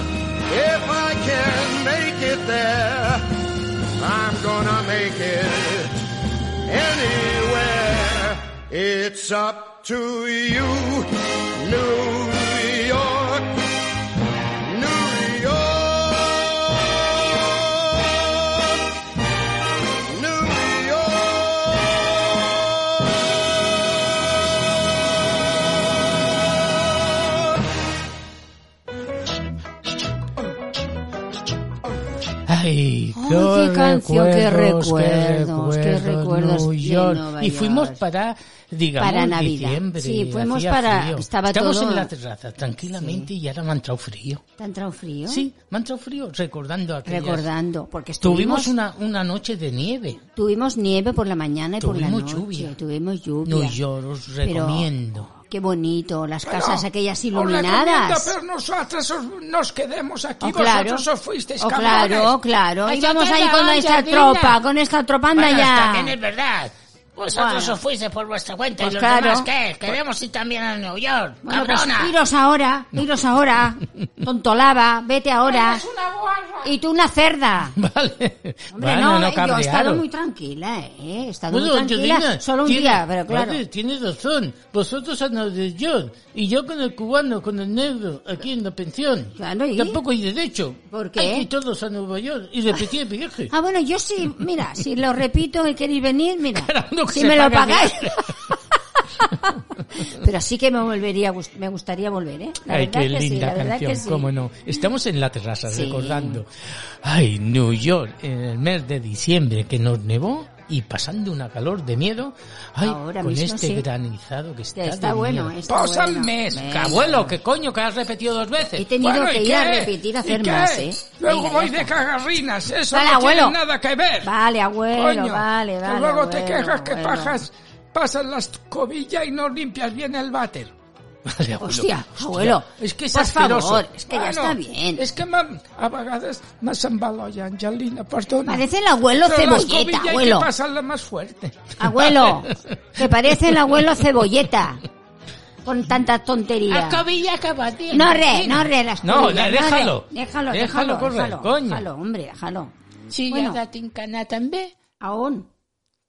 [SPEAKER 5] if I can make it there, I'm gonna make it anywhere. It's up to you, New York, New York, New York.
[SPEAKER 1] Ay,
[SPEAKER 2] qué canción, qué recuerdos,
[SPEAKER 1] recuerdos,
[SPEAKER 2] qué recuerdos
[SPEAKER 1] New
[SPEAKER 2] de
[SPEAKER 1] York.
[SPEAKER 2] Nueva
[SPEAKER 1] Y
[SPEAKER 2] York.
[SPEAKER 1] fuimos para, digamos,
[SPEAKER 2] Para Navidad.
[SPEAKER 1] diciembre.
[SPEAKER 2] Sí, fuimos
[SPEAKER 1] hacía
[SPEAKER 2] para-
[SPEAKER 1] frío.
[SPEAKER 2] estaba
[SPEAKER 1] Estamos
[SPEAKER 2] todo-
[SPEAKER 1] en la terraza tranquilamente y ahora me ha entrado frío.
[SPEAKER 2] ¿Te ha entrado frío?
[SPEAKER 1] Sí, me ha entrado frío recordando aquellas...
[SPEAKER 2] Recordando, porque estuvimos,
[SPEAKER 1] Tuvimos una, una noche de nieve.
[SPEAKER 2] tuvimos nieve por la mañana y por la
[SPEAKER 1] Tuvimos
[SPEAKER 2] noche.
[SPEAKER 1] lluvia.
[SPEAKER 2] Tuvimos lluvia.
[SPEAKER 1] No, yo os
[SPEAKER 2] Pero-
[SPEAKER 1] recomiendo.
[SPEAKER 2] Qué bonito, las casas aquellas
[SPEAKER 4] Os recomiendo,
[SPEAKER 2] iluminadas.
[SPEAKER 4] pero nosotros os- nos quedemos aquí.
[SPEAKER 2] Oh, claro.
[SPEAKER 4] Vosotros os fuisteis
[SPEAKER 2] Oh,
[SPEAKER 4] cabrones.
[SPEAKER 2] claro, claro.
[SPEAKER 1] Ay,
[SPEAKER 2] Y vamos
[SPEAKER 1] ya,
[SPEAKER 2] ahí
[SPEAKER 1] ya,
[SPEAKER 2] con
[SPEAKER 1] ya,
[SPEAKER 2] nuestra
[SPEAKER 1] ya.
[SPEAKER 2] tropa, con esta tropa, anda
[SPEAKER 1] Bueno, hasta que no
[SPEAKER 2] ya.
[SPEAKER 1] es verdad. Vosotros
[SPEAKER 2] Bueno.
[SPEAKER 1] os fuisteis por vuestra cuenta
[SPEAKER 2] Pues
[SPEAKER 1] y los
[SPEAKER 2] claro.
[SPEAKER 1] demás, ¿qué? Queremos ir también a New York,
[SPEAKER 2] Bueno, pues
[SPEAKER 1] cabrona.
[SPEAKER 2] iros ahora, iros ahora. Tontolaba, vete ahora. Y tú una cerda.
[SPEAKER 1] [laughs] Vale.
[SPEAKER 2] Hombre,
[SPEAKER 1] Bueno,
[SPEAKER 2] no, yo he estado
[SPEAKER 1] cabrearos.
[SPEAKER 2] muy tranquila, ¿eh? He estado
[SPEAKER 1] Bueno,
[SPEAKER 2] muy tranquila,
[SPEAKER 1] Angelina,
[SPEAKER 2] solo un
[SPEAKER 1] tiene-
[SPEAKER 2] día, pero claro.
[SPEAKER 1] vale, tienes razón. Vosotros a de York y yo con el cubano, con el negro, aquí en la pensión.
[SPEAKER 2] Claro, ¿y?
[SPEAKER 1] Tampoco hay derecho.
[SPEAKER 2] ¿Por qué?
[SPEAKER 1] Hay que ir todos a Nueva York y repetir el viaje.
[SPEAKER 2] Ah, bueno, yo sí, mira, si lo repito y queréis venir, mira,
[SPEAKER 1] Claro, no, que
[SPEAKER 2] si
[SPEAKER 1] se
[SPEAKER 2] me lo
[SPEAKER 1] paga
[SPEAKER 2] pagáis.
[SPEAKER 1] bien.
[SPEAKER 2] [laughs] Pero sí que me volvería, a gust- me gustaría volver, ¿eh? La
[SPEAKER 1] Ay,
[SPEAKER 2] verdad
[SPEAKER 1] qué
[SPEAKER 2] que sí,
[SPEAKER 1] linda
[SPEAKER 2] la verdad
[SPEAKER 1] canción,
[SPEAKER 2] que sí.
[SPEAKER 1] cómo no. Estamos en la terraza
[SPEAKER 2] Sí.
[SPEAKER 1] recordando. Ay, New York, en el mes de diciembre que nos nevó y pasando una calor de miedo. Ay,
[SPEAKER 2] Ahora
[SPEAKER 1] con
[SPEAKER 2] mismo
[SPEAKER 1] este
[SPEAKER 2] sí.
[SPEAKER 1] granizado que está.
[SPEAKER 2] Está,
[SPEAKER 1] de
[SPEAKER 2] bueno,
[SPEAKER 1] miedo.
[SPEAKER 2] está
[SPEAKER 4] Pasa el
[SPEAKER 2] bueno.
[SPEAKER 4] mes,
[SPEAKER 2] Venga.
[SPEAKER 1] Que Abuelo, que coño, que has repetido dos veces.
[SPEAKER 2] He tenido
[SPEAKER 4] Bueno,
[SPEAKER 2] que
[SPEAKER 4] ¿y
[SPEAKER 2] ir a
[SPEAKER 4] qué?
[SPEAKER 2] repetir a hacer
[SPEAKER 4] ¿Y qué?
[SPEAKER 2] más, ¿eh?
[SPEAKER 4] Luego
[SPEAKER 2] Venga,
[SPEAKER 4] voy
[SPEAKER 2] ya
[SPEAKER 4] de
[SPEAKER 2] está.
[SPEAKER 4] cagarrinas, eso
[SPEAKER 2] Vale,
[SPEAKER 4] no
[SPEAKER 2] abuelo.
[SPEAKER 4] tiene nada que ver.
[SPEAKER 2] Vale, abuelo,
[SPEAKER 4] Coño,
[SPEAKER 2] vale,
[SPEAKER 4] que
[SPEAKER 2] vale.
[SPEAKER 4] luego te
[SPEAKER 2] abuelo,
[SPEAKER 4] quejas que
[SPEAKER 2] abuelo.
[SPEAKER 4] pajas, pasas las cobillas y no limpias bien el váter.
[SPEAKER 1] [laughs] Vale, abuelo.
[SPEAKER 2] Hostia, abuelo,
[SPEAKER 1] Es que es
[SPEAKER 2] por
[SPEAKER 1] asqueroso.
[SPEAKER 2] Pues favor, es que ya
[SPEAKER 4] Bueno,
[SPEAKER 2] está bien.
[SPEAKER 4] És que me, a vegades me s'embalolla, Angelina, perdona.
[SPEAKER 2] Parece el abuelo
[SPEAKER 4] Però
[SPEAKER 2] cebolleta,
[SPEAKER 4] l'escobilla
[SPEAKER 2] abuelo.
[SPEAKER 4] hay que pasarla más fuerte.
[SPEAKER 2] Abuelo, que parece el abuelo cebolleta. Con tantas tonterías.
[SPEAKER 3] Escobilla que va, tío.
[SPEAKER 2] No re, no re, las
[SPEAKER 1] No,
[SPEAKER 2] cubillas,
[SPEAKER 1] de- déjalo.
[SPEAKER 2] re.
[SPEAKER 1] Déjalo
[SPEAKER 2] Déjalo, déjalo,
[SPEAKER 1] correr,
[SPEAKER 2] déjalo,
[SPEAKER 1] coño.
[SPEAKER 2] déjalo, hombre, déjalo.
[SPEAKER 3] Si
[SPEAKER 2] Bueno.
[SPEAKER 3] bueno. ja la tinc anar també,
[SPEAKER 2] Aon?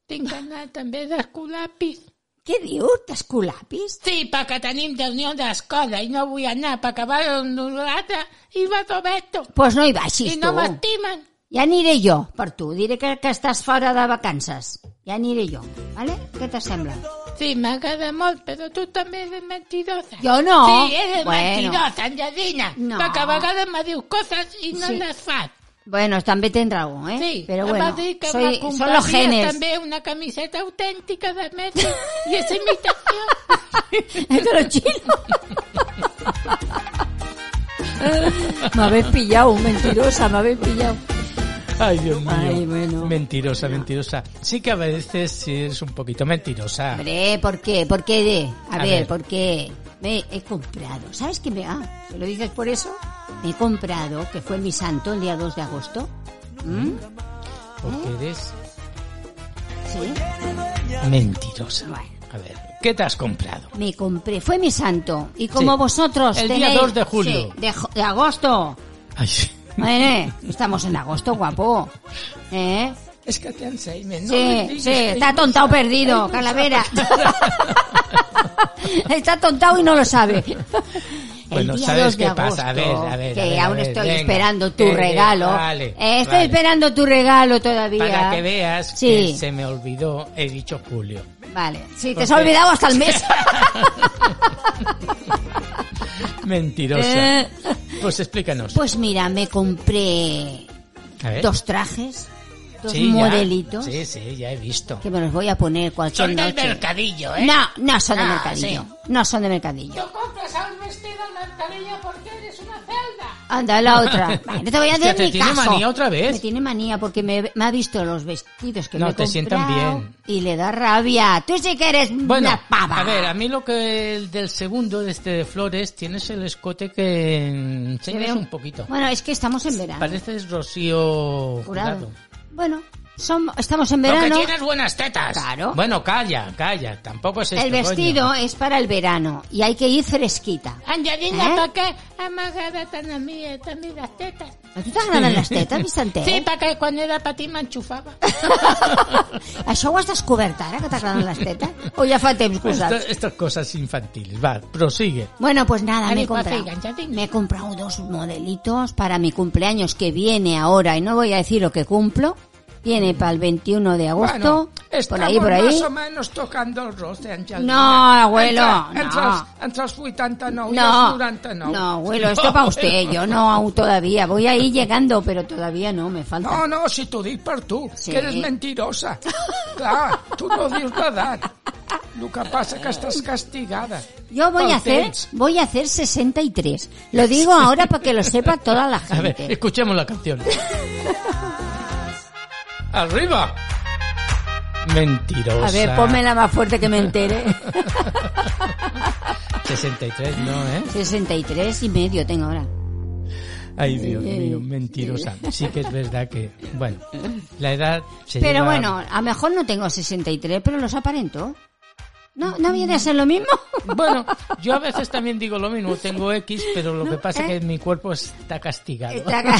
[SPEAKER 3] tinc anar també d'escolapis.
[SPEAKER 2] Què diu? T'escolapis?
[SPEAKER 3] Sí, perquè tenim reunió d'escola i no vull anar perquè va un l'altre i va Roberto
[SPEAKER 2] Pues no hi
[SPEAKER 3] i
[SPEAKER 2] baixis,
[SPEAKER 3] no
[SPEAKER 2] tu.
[SPEAKER 3] m'estimen.
[SPEAKER 2] Ja aniré jo per tu. Diré que, que estàs fora de vacances. Ja aniré jo, vale? Què t'assembla?
[SPEAKER 3] Sí, m'agrada molt, però tu també eres mentirosa.
[SPEAKER 2] Jo no.
[SPEAKER 3] Sí, eres
[SPEAKER 2] Bueno.
[SPEAKER 3] mentirosa, Angelina.
[SPEAKER 2] No.
[SPEAKER 3] Perquè a vegades me dius coses i no
[SPEAKER 2] Sí.
[SPEAKER 3] les fas.
[SPEAKER 2] Bueno, també tens raó, eh?
[SPEAKER 3] Sí,
[SPEAKER 2] Però
[SPEAKER 3] em va
[SPEAKER 2] bueno,
[SPEAKER 3] dir que
[SPEAKER 2] soy,
[SPEAKER 3] me
[SPEAKER 2] son los
[SPEAKER 3] compraries
[SPEAKER 2] genes. [laughs]
[SPEAKER 3] també una camiseta autèntica de Messi i és [laughs] imitació.
[SPEAKER 2] Es de
[SPEAKER 3] [laughs]
[SPEAKER 2] los chinos. [laughs] me habéis pillado, mentirosa, me habéis pillado.
[SPEAKER 1] [laughs] Ay, Dios mío.
[SPEAKER 2] Ay, bueno.
[SPEAKER 1] Mentirosa, mentirosa. Sí que a veces sí eres un poquito mentirosa.
[SPEAKER 2] Hombre, ¿por qué? ¿Por qué de? A,
[SPEAKER 1] A
[SPEAKER 2] ver,
[SPEAKER 1] ver.
[SPEAKER 2] ¿por qué? Me he comprado. ¿Sabes qué me ah, ¿Me lo dices por eso? Me he comprado, que fue mi santo el día 2 de agosto. ¿Mm?
[SPEAKER 1] Porque eres
[SPEAKER 2] Sí.
[SPEAKER 1] mentirosa.
[SPEAKER 2] Bueno.
[SPEAKER 1] A ver, ¿qué te has comprado?
[SPEAKER 2] Me compré, fue mi santo. Y como
[SPEAKER 1] Sí.
[SPEAKER 2] vosotros
[SPEAKER 1] El día
[SPEAKER 2] tenéis...
[SPEAKER 1] 2 de julio.
[SPEAKER 2] Sí, de, jo- de agosto.
[SPEAKER 1] Ay, sí.
[SPEAKER 2] Eh, estamos en agosto, guapo. ¿Eh?
[SPEAKER 4] És que té ensenyament, no? li
[SPEAKER 2] Sí,
[SPEAKER 4] diguis
[SPEAKER 2] sí,
[SPEAKER 4] que
[SPEAKER 2] está
[SPEAKER 4] no
[SPEAKER 2] tontado
[SPEAKER 4] sabe.
[SPEAKER 2] perdido,
[SPEAKER 4] Ell no
[SPEAKER 2] [laughs] calavera.
[SPEAKER 4] sabe.
[SPEAKER 2] está tontado y no lo [laughs] sabe.
[SPEAKER 1] Bueno, ¿sabes qué pasa? A ver, a ver,
[SPEAKER 2] que
[SPEAKER 1] a ver, a
[SPEAKER 2] aún
[SPEAKER 1] ver,
[SPEAKER 2] estoy
[SPEAKER 1] venga.
[SPEAKER 2] esperando tu
[SPEAKER 1] Eh,
[SPEAKER 2] regalo.
[SPEAKER 1] vale,
[SPEAKER 2] Eh, estoy
[SPEAKER 1] vale.
[SPEAKER 2] esperando tu regalo todavía.
[SPEAKER 1] Para que veas
[SPEAKER 2] Sí,
[SPEAKER 1] que se me olvidó, he dicho Julio.
[SPEAKER 2] vale. Sí, te
[SPEAKER 1] Porque-
[SPEAKER 2] has olvidado hasta el
[SPEAKER 1] [laughs]
[SPEAKER 2] mes. Eh.
[SPEAKER 1] Mentirosa. Pues explícanos.
[SPEAKER 2] pues mira, me compré
[SPEAKER 1] A ver.
[SPEAKER 2] Pues dos trajes, dos
[SPEAKER 1] ¿Eh? Sí, ya.
[SPEAKER 2] modelitos,
[SPEAKER 1] Sí, sí, ya he visto.
[SPEAKER 2] que me los voy a poner cualquier
[SPEAKER 1] Son del
[SPEAKER 2] noche.
[SPEAKER 1] mercadillo, ¿eh?
[SPEAKER 2] No, no son de
[SPEAKER 1] Ah,
[SPEAKER 2] mercadillo. No son de mercadillo.
[SPEAKER 3] Tu compres el vestit de l'Angelina perquè eres una celda.
[SPEAKER 2] Anda, la
[SPEAKER 1] [laughs]
[SPEAKER 2] otra. Vale, no te voy a
[SPEAKER 1] Hostia,
[SPEAKER 2] hacer
[SPEAKER 1] te
[SPEAKER 2] ni
[SPEAKER 1] tiene
[SPEAKER 2] caso.
[SPEAKER 1] manía otra vez.
[SPEAKER 2] Me tiene manía porque me, me ha visto los vestidos que
[SPEAKER 1] No,
[SPEAKER 2] me he
[SPEAKER 1] te sientan
[SPEAKER 2] comprado
[SPEAKER 1] bien.
[SPEAKER 2] Y le da rabia. Tú sí que eres
[SPEAKER 1] Bueno,
[SPEAKER 2] una pava.
[SPEAKER 1] a ver, a mí lo que el del segundo, de este de Flores, tienes el escote que
[SPEAKER 2] Te
[SPEAKER 1] enseñas
[SPEAKER 2] veo-
[SPEAKER 1] un poquito.
[SPEAKER 2] Bueno, es que estamos en verano.
[SPEAKER 1] Pareces Rocío
[SPEAKER 2] Jurado.
[SPEAKER 1] Jurado.
[SPEAKER 2] Bueno, som- estamos en
[SPEAKER 1] Lo que
[SPEAKER 2] verano.
[SPEAKER 1] tienes buenas tetas.
[SPEAKER 2] Claro.
[SPEAKER 1] Bueno, calla, calla. Tampoco es
[SPEAKER 2] El
[SPEAKER 1] esto,
[SPEAKER 2] vestido
[SPEAKER 1] coño.
[SPEAKER 2] es para el verano y hay que ir fresquita.
[SPEAKER 3] Angelina,
[SPEAKER 2] Eh?
[SPEAKER 3] per què m'agrada tant a mi eh, també les tetes?
[SPEAKER 2] ¿A ti t'agraden les
[SPEAKER 1] [laughs]
[SPEAKER 2] tetes, Vicente?
[SPEAKER 3] Sí, perquè quan era petit m'enxufava.
[SPEAKER 2] [laughs] Això ho has descobert ara, que t'agraden les tetes? O ja fa temps que ho
[SPEAKER 1] Esto-
[SPEAKER 2] saps?
[SPEAKER 1] estas cosas infantiles. Va, prosigue.
[SPEAKER 2] Bueno, pues nada, me he,
[SPEAKER 3] Ari, pues,
[SPEAKER 2] comprado,
[SPEAKER 3] sigan, ya digan.
[SPEAKER 2] me he comprado dos modelitos para mi cumpleaños que viene ahora y no voy a decir lo que cumplo. Viene para el 21 de agosto.
[SPEAKER 4] Bueno, Estamos
[SPEAKER 2] ahí, por ahí.
[SPEAKER 4] més o menys tocant el roce, Angelina.
[SPEAKER 2] No, abuelo,
[SPEAKER 4] entre, entre,
[SPEAKER 2] no.
[SPEAKER 4] Els, entre els 89 i els
[SPEAKER 2] No,
[SPEAKER 4] 99.
[SPEAKER 2] no,
[SPEAKER 1] [laughs]
[SPEAKER 2] abuelo, esto
[SPEAKER 4] [laughs]
[SPEAKER 2] para usted. Yo no aún todavía. Voy a ir llegando, pero todavía no, me falta.
[SPEAKER 4] No, no, si t'ho dic per tu,
[SPEAKER 2] Sí.
[SPEAKER 4] que eres
[SPEAKER 2] [laughs]
[SPEAKER 4] mentirosa. Clar, tu no dius l'edat. El que passa que estàs castigada.
[SPEAKER 2] Yo voy
[SPEAKER 4] pel
[SPEAKER 2] a hacer,
[SPEAKER 4] temps.
[SPEAKER 2] voy a hacer 63. Lo digo ahora para que lo sepa toda la
[SPEAKER 1] [laughs] A ver,
[SPEAKER 2] gente.
[SPEAKER 1] escuchemos la canción. ¡Arriba! Mentirosa.
[SPEAKER 2] A ver, pónmela más fuerte que me entere. [laughs]
[SPEAKER 1] 63, no, ¿eh?
[SPEAKER 2] 63 y medio tengo ahora.
[SPEAKER 1] Ay, Dios mío, mentirosa. Sí que es verdad que, bueno, la edad se
[SPEAKER 2] Pero
[SPEAKER 1] lleva-
[SPEAKER 2] bueno, a lo mejor no tengo 63, pero los aparento. No, no viene a ser lo mismo. [laughs]
[SPEAKER 1] Bueno, yo a veces también digo lo mismo, tengo X, pero lo que pasa
[SPEAKER 2] ¿eh?
[SPEAKER 1] es que mi cuerpo está castigado.
[SPEAKER 2] Está ca-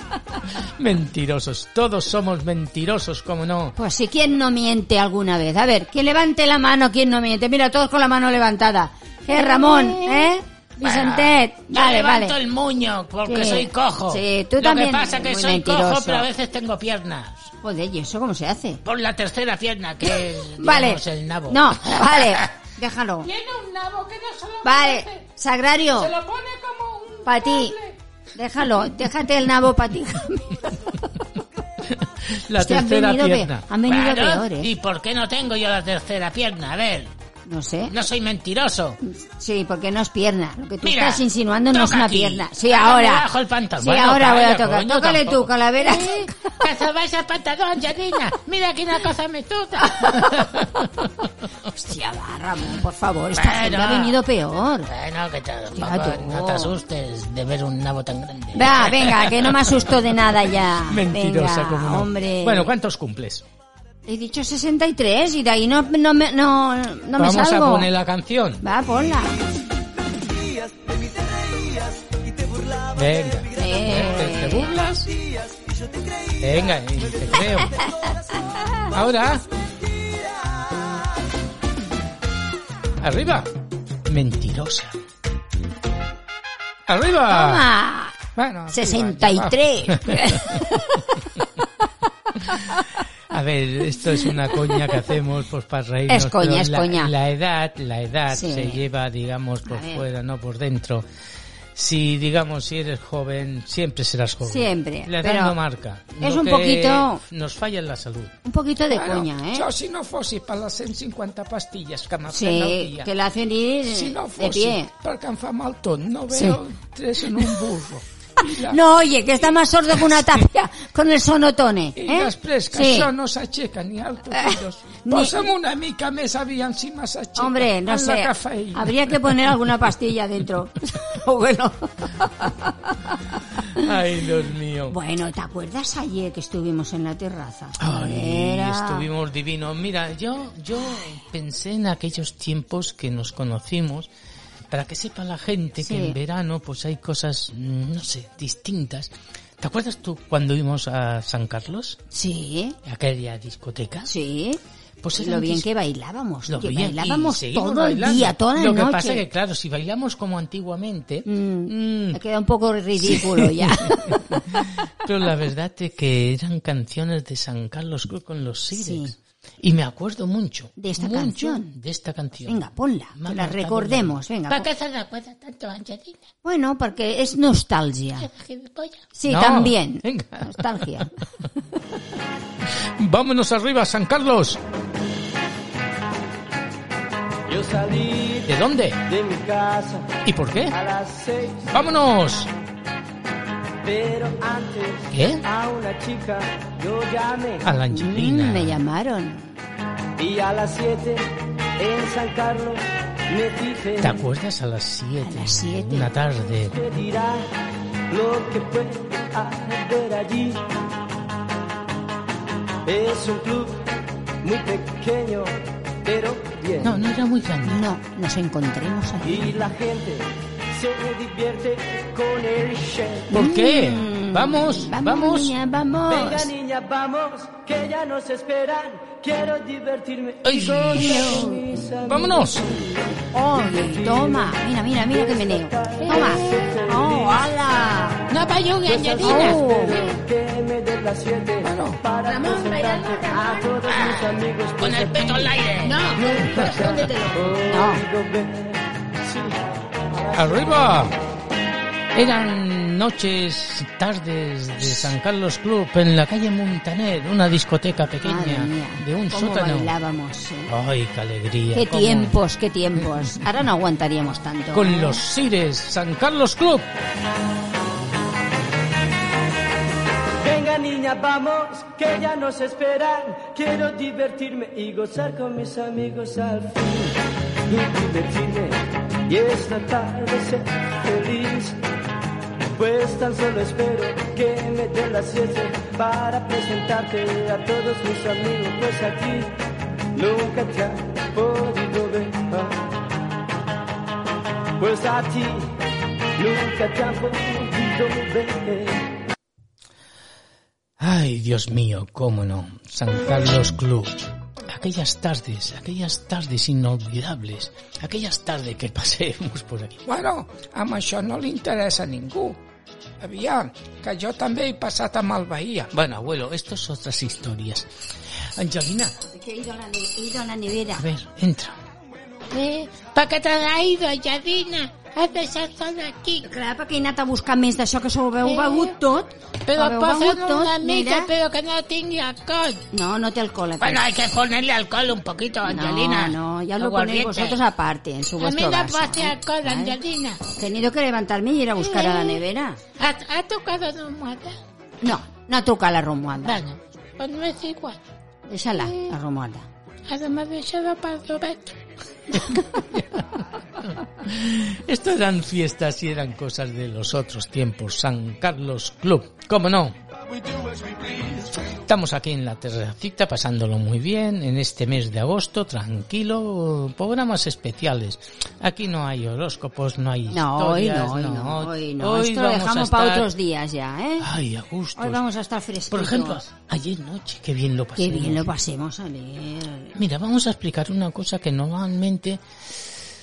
[SPEAKER 1] [laughs] Mentirosos, todos somos mentirosos, como no.
[SPEAKER 2] Pues si quien no miente alguna vez. A ver, que levante la mano quien no miente. Mira, todos con la mano levantada. Eh, Ramón, ¿eh?
[SPEAKER 1] Ah,
[SPEAKER 2] Vicentet.
[SPEAKER 3] Yo
[SPEAKER 2] Vale,
[SPEAKER 3] levanto
[SPEAKER 2] vale.
[SPEAKER 3] el muño porque
[SPEAKER 2] Sí.
[SPEAKER 3] soy cojo.
[SPEAKER 2] Sí, tú
[SPEAKER 3] Lo
[SPEAKER 2] también
[SPEAKER 3] que pasa
[SPEAKER 2] eres
[SPEAKER 3] que
[SPEAKER 2] muy
[SPEAKER 3] soy cojo,
[SPEAKER 2] mentiroso.
[SPEAKER 3] pero a veces tengo piernas.
[SPEAKER 2] Joder, ¿y eso cómo se hace?
[SPEAKER 3] Por la tercera pierna, que es
[SPEAKER 2] Vale.
[SPEAKER 3] digamos, el nabo.
[SPEAKER 2] No,
[SPEAKER 3] [laughs]
[SPEAKER 2] vale. Déjalo.
[SPEAKER 3] Tiene un nabo que no se lo
[SPEAKER 2] Vale, Sagrario,
[SPEAKER 3] lo pone como un...
[SPEAKER 2] para ti. Déjalo, déjate el nabo para ti. [laughs]
[SPEAKER 1] [laughs] La
[SPEAKER 2] Hostia, han
[SPEAKER 1] tercera
[SPEAKER 2] venido pe-
[SPEAKER 1] pierna.
[SPEAKER 2] han venido
[SPEAKER 3] Claro,
[SPEAKER 2] peores.
[SPEAKER 3] ¿Y por qué no tengo yo la tercera pierna? A ver,
[SPEAKER 2] No sé.
[SPEAKER 3] no soy
[SPEAKER 2] [laughs]
[SPEAKER 3] mentiroso.
[SPEAKER 2] Sí, porque no es pierna. Lo que tú
[SPEAKER 3] Mira,
[SPEAKER 2] estás insinuando no es
[SPEAKER 3] toca
[SPEAKER 2] una
[SPEAKER 3] aquí.
[SPEAKER 2] pierna. Sí,
[SPEAKER 3] Ahora me
[SPEAKER 2] ahora.
[SPEAKER 3] bajo el pantalón.
[SPEAKER 2] Sí,
[SPEAKER 1] Bueno,
[SPEAKER 2] ahora voy a
[SPEAKER 1] calla,
[SPEAKER 2] tocar.
[SPEAKER 1] coño,
[SPEAKER 2] Tócale tú,
[SPEAKER 1] tampoco.
[SPEAKER 2] calavera.
[SPEAKER 3] Cazabáis al pantalón, Angelina. Mira que una cosa me
[SPEAKER 2] [laughs]
[SPEAKER 3] suda.
[SPEAKER 2] Hostia, va, Ramón, por favor. Esta
[SPEAKER 3] Bueno.
[SPEAKER 2] gente ha venido peor.
[SPEAKER 3] bueno, que tampoco-
[SPEAKER 2] Ya tú.
[SPEAKER 3] no te asustes de ver un nabo tan grande.
[SPEAKER 2] Va, venga, que no me asusto de nada ya.
[SPEAKER 1] [laughs] Mentirosa,
[SPEAKER 2] Venga,
[SPEAKER 1] como no.
[SPEAKER 2] hombre.
[SPEAKER 1] Bueno, ¿cuántos cumples?
[SPEAKER 2] He dicho 63 y de ahí no, no, me, no, no me
[SPEAKER 1] Vamos a
[SPEAKER 2] salgo.
[SPEAKER 1] poner la canción.
[SPEAKER 2] Va, ponla.
[SPEAKER 1] Venga.
[SPEAKER 2] Eh.
[SPEAKER 1] ¿Te, te burlas? Venga, y te creo. Ahora. Arriba. Mentirosa. Arriba.
[SPEAKER 2] Toma.
[SPEAKER 4] Bueno, aquí va, aquí va.
[SPEAKER 2] 63.
[SPEAKER 1] [laughs] A ver, esto es una coña que hacemos pues para reírnos.
[SPEAKER 2] Es coña,
[SPEAKER 1] pero
[SPEAKER 2] es
[SPEAKER 1] la,
[SPEAKER 2] coña.
[SPEAKER 1] La edad, la edad
[SPEAKER 2] Sí.
[SPEAKER 1] se lleva, digamos, por
[SPEAKER 2] A ver.
[SPEAKER 1] fuera, no por dentro. Si, digamos, si eres joven, siempre serás joven.
[SPEAKER 2] Siempre,
[SPEAKER 1] La edad
[SPEAKER 2] pero
[SPEAKER 1] no marca.
[SPEAKER 2] es
[SPEAKER 1] Lo
[SPEAKER 2] un
[SPEAKER 1] que
[SPEAKER 2] poquito-
[SPEAKER 1] Nos falla en la salud.
[SPEAKER 2] [laughs] Un poquito de
[SPEAKER 4] Bueno,
[SPEAKER 2] coña, ¿eh?
[SPEAKER 4] Jo, si no fossi per les 150 pastilles que m'ha fet el
[SPEAKER 2] Sí,
[SPEAKER 4] dia,
[SPEAKER 2] que la hacen ir
[SPEAKER 4] si no
[SPEAKER 2] de
[SPEAKER 4] fossi
[SPEAKER 2] pie.
[SPEAKER 4] perquè em fa mal tot, no
[SPEAKER 2] Sí.
[SPEAKER 4] veo tres en un
[SPEAKER 2] [laughs]
[SPEAKER 4] burro. I, la-
[SPEAKER 2] No, oye, que está más sordo
[SPEAKER 1] [laughs]
[SPEAKER 2] que una tapia con el sonotone.
[SPEAKER 4] i
[SPEAKER 2] ¿eh?
[SPEAKER 4] després que
[SPEAKER 2] Sí. Eh,
[SPEAKER 4] això no s'aixeca ni al cofillos,
[SPEAKER 2] ni-
[SPEAKER 4] posa'm una mica més aviam si me s'aixeca.
[SPEAKER 2] Hombre,
[SPEAKER 4] en
[SPEAKER 2] no
[SPEAKER 4] la
[SPEAKER 2] sé.
[SPEAKER 4] cafeïna.
[SPEAKER 2] Habría que poner alguna pastilla
[SPEAKER 1] [laughs]
[SPEAKER 2] dentro. O bueno. [laughs]
[SPEAKER 1] Ay, Dios mío.
[SPEAKER 2] Bueno, ¿te acuerdas ayer que estuvimos en la terraza?
[SPEAKER 1] Ay,
[SPEAKER 2] Era-
[SPEAKER 1] estuvimos divinos. Mira, yo, yo pensé en aquellos tiempos que nos conocimos, para que sepa la gente
[SPEAKER 2] Sí.
[SPEAKER 1] que en verano pues hay cosas, mm, no sé, distintas. ¿Te acuerdas tú cuando íbamos a San Carlos?
[SPEAKER 2] Sí,
[SPEAKER 1] Aquella discoteca.
[SPEAKER 2] sí.
[SPEAKER 1] Pues
[SPEAKER 2] Y
[SPEAKER 1] eran
[SPEAKER 2] lo bien
[SPEAKER 1] dis-
[SPEAKER 2] que bailábamos.
[SPEAKER 1] lo
[SPEAKER 2] que
[SPEAKER 1] bien, y
[SPEAKER 2] bailábamos
[SPEAKER 1] seguimos
[SPEAKER 2] todo el
[SPEAKER 1] bailando.
[SPEAKER 2] día, toda la
[SPEAKER 1] Lo que
[SPEAKER 2] noche.
[SPEAKER 1] pasa que, claro, si bailamos como antiguamente,
[SPEAKER 2] Mm,
[SPEAKER 1] mm,
[SPEAKER 2] me Queda un poco
[SPEAKER 1] [laughs]
[SPEAKER 2] ridículo ya.
[SPEAKER 1] Pero la verdad es que eran canciones de San Carlos Cruz con los Sirex.
[SPEAKER 2] Sí.
[SPEAKER 1] Y me acuerdo mucho.
[SPEAKER 2] De esta
[SPEAKER 1] mucho
[SPEAKER 2] canción.
[SPEAKER 1] De esta canción.
[SPEAKER 2] Venga, pues ponla,
[SPEAKER 1] Me ha
[SPEAKER 2] que la
[SPEAKER 1] marcado
[SPEAKER 2] recordemos. Venga,
[SPEAKER 3] ¿Para
[SPEAKER 2] pon-
[SPEAKER 3] qué se recuerda tanto, Angelina?
[SPEAKER 2] Bueno, porque es nostalgia.
[SPEAKER 3] Esa gilipollas.
[SPEAKER 2] Sí,
[SPEAKER 1] No,
[SPEAKER 2] también.
[SPEAKER 1] venga.
[SPEAKER 2] Nostalgia.
[SPEAKER 1] mucho. [laughs] Vámonos arriba, San Carlos.
[SPEAKER 6] Yo salí
[SPEAKER 1] ¿De dónde?
[SPEAKER 6] de mi casa
[SPEAKER 1] ¿Y por qué?
[SPEAKER 6] a las seis,
[SPEAKER 1] ¡Vámonos!
[SPEAKER 6] pero antes
[SPEAKER 1] ¿Qué?
[SPEAKER 6] a una chica yo llamé
[SPEAKER 1] A la
[SPEAKER 2] Mm, me
[SPEAKER 1] Angelina.
[SPEAKER 2] llamaron.
[SPEAKER 6] y a las siete en San Carlos me dije
[SPEAKER 1] ¿Te acuerdas? A las 7.
[SPEAKER 2] A las siete.
[SPEAKER 1] Una tarde.
[SPEAKER 6] te dirá lo que puede haber allí. Es un club muy pequeño, pero bien.
[SPEAKER 1] No, no era muy grande.
[SPEAKER 2] No, nos encontremos allí.
[SPEAKER 6] Y la gente se divierte con el chef.
[SPEAKER 1] ¿Por qué?
[SPEAKER 2] Mm,
[SPEAKER 1] Vamos, vamos.
[SPEAKER 2] niña, vamos.
[SPEAKER 6] Venga niña, vamos, que ya nos esperan. Quiero divertirme.
[SPEAKER 1] Ay,
[SPEAKER 6] con
[SPEAKER 1] shh.
[SPEAKER 6] mis amigos.
[SPEAKER 1] ¡Vámonos!
[SPEAKER 2] Oye, toma. Mira, mira, mira que meneo. Toma. Oh,
[SPEAKER 1] Ah.
[SPEAKER 2] hala.
[SPEAKER 3] No payugue, Angelina.
[SPEAKER 2] Oh.
[SPEAKER 6] Que me den las siete para presentarte a todos tus amigos pues
[SPEAKER 1] con el pecho al aire.
[SPEAKER 2] No, No.
[SPEAKER 1] ¡Arriba! Eran noches, tardes de San Carlos Club en la calle Montaner, una discoteca
[SPEAKER 2] Madre
[SPEAKER 1] pequeña
[SPEAKER 2] mía.
[SPEAKER 1] de un
[SPEAKER 2] ¿Cómo
[SPEAKER 1] sótano.
[SPEAKER 2] bailábamos, eh?
[SPEAKER 1] ¡Ay, qué alegría!
[SPEAKER 2] Qué
[SPEAKER 1] cómo-
[SPEAKER 2] tiempos, qué tiempos. Ahora no aguantaríamos tanto.
[SPEAKER 1] Con los Sires, San Carlos Club.
[SPEAKER 6] Venga niña, vamos, que ya nos esperan. Quiero divertirme y gozar con mis amigos al fin. Y divertirme y esta tarde ser feliz. Pues tan solo espero que me den la siesta para presentarte a todos mis amigos. Pues aquí nunca te han podido ver. Pues a ti nunca te han podido ver.
[SPEAKER 1] Ay, Dios mío, cómo no. San Carlos Club. Aquellas tardes, aquellas tardes inolvidables, aquellas tardes que pasemos por aquí.
[SPEAKER 4] Bueno, amb això no li interessa a ningú. Aviam, que jo també he passat amb el Bahia.
[SPEAKER 1] Bueno, abuelo, esto es otras historias. Angelina,
[SPEAKER 2] Que He ido a la, ne- he ido a la nevera.
[SPEAKER 1] a ver, entra.
[SPEAKER 3] Eh, ¿Para qué te has ido, Yadina? Has deixat sol aquí.
[SPEAKER 2] Clar, perquè he anat a buscar més d'això que s'ho veu
[SPEAKER 3] Eh.
[SPEAKER 2] begut tot.
[SPEAKER 3] Però
[SPEAKER 2] Ho
[SPEAKER 3] posa
[SPEAKER 2] begut tot,
[SPEAKER 3] una mica,
[SPEAKER 2] mira.
[SPEAKER 3] però que no tingui alcohol.
[SPEAKER 2] No, no té alcohol.
[SPEAKER 3] Bueno,
[SPEAKER 2] aquest.
[SPEAKER 3] hay que ponerle alcohol un poquito, Angelina.
[SPEAKER 2] No, no, ya lo ponéis
[SPEAKER 3] Aguardiente.
[SPEAKER 2] vosotros aparte, en su
[SPEAKER 3] A mí
[SPEAKER 2] vuestro
[SPEAKER 3] no
[SPEAKER 2] vaso.
[SPEAKER 3] pase alcohol, Eh.
[SPEAKER 2] ¿eh?
[SPEAKER 3] Angelina.
[SPEAKER 2] He tenido que levantarme y ir a buscar a la nevera.
[SPEAKER 3] ¿Has, has tocado una muerta?
[SPEAKER 2] No, no toca la romualda.
[SPEAKER 3] Bueno, pues no es igual.
[SPEAKER 2] Déjala,
[SPEAKER 3] Eh.
[SPEAKER 2] la romualda.
[SPEAKER 3] Además de echarlo para el Roberto.
[SPEAKER 1] Esto eran fiestas y eran cosas de los otros tiempos. San Carlos Club, ¿cómo no? Estamos aquí en la terracita pasándolo muy bien en este mes de agosto, tranquilo, programas especiales. Aquí no hay horóscopos, no hay
[SPEAKER 2] No, hoy
[SPEAKER 1] historias,
[SPEAKER 2] no, hoy no, hoy no.
[SPEAKER 1] Hoy
[SPEAKER 2] Esto lo
[SPEAKER 1] vamos a
[SPEAKER 2] dejamos
[SPEAKER 1] estar-
[SPEAKER 2] para otros días ya, ¿eh?
[SPEAKER 3] Ah,
[SPEAKER 1] Ay, a gustos.
[SPEAKER 2] Hoy
[SPEAKER 3] pues,
[SPEAKER 2] vamos a estar fresquitos.
[SPEAKER 1] Por ejemplo, ayer noche, qué bien lo pasé.
[SPEAKER 2] Qué bien lo pasemos a leer.
[SPEAKER 1] Mira, vamos a explicar una cosa que normalmente,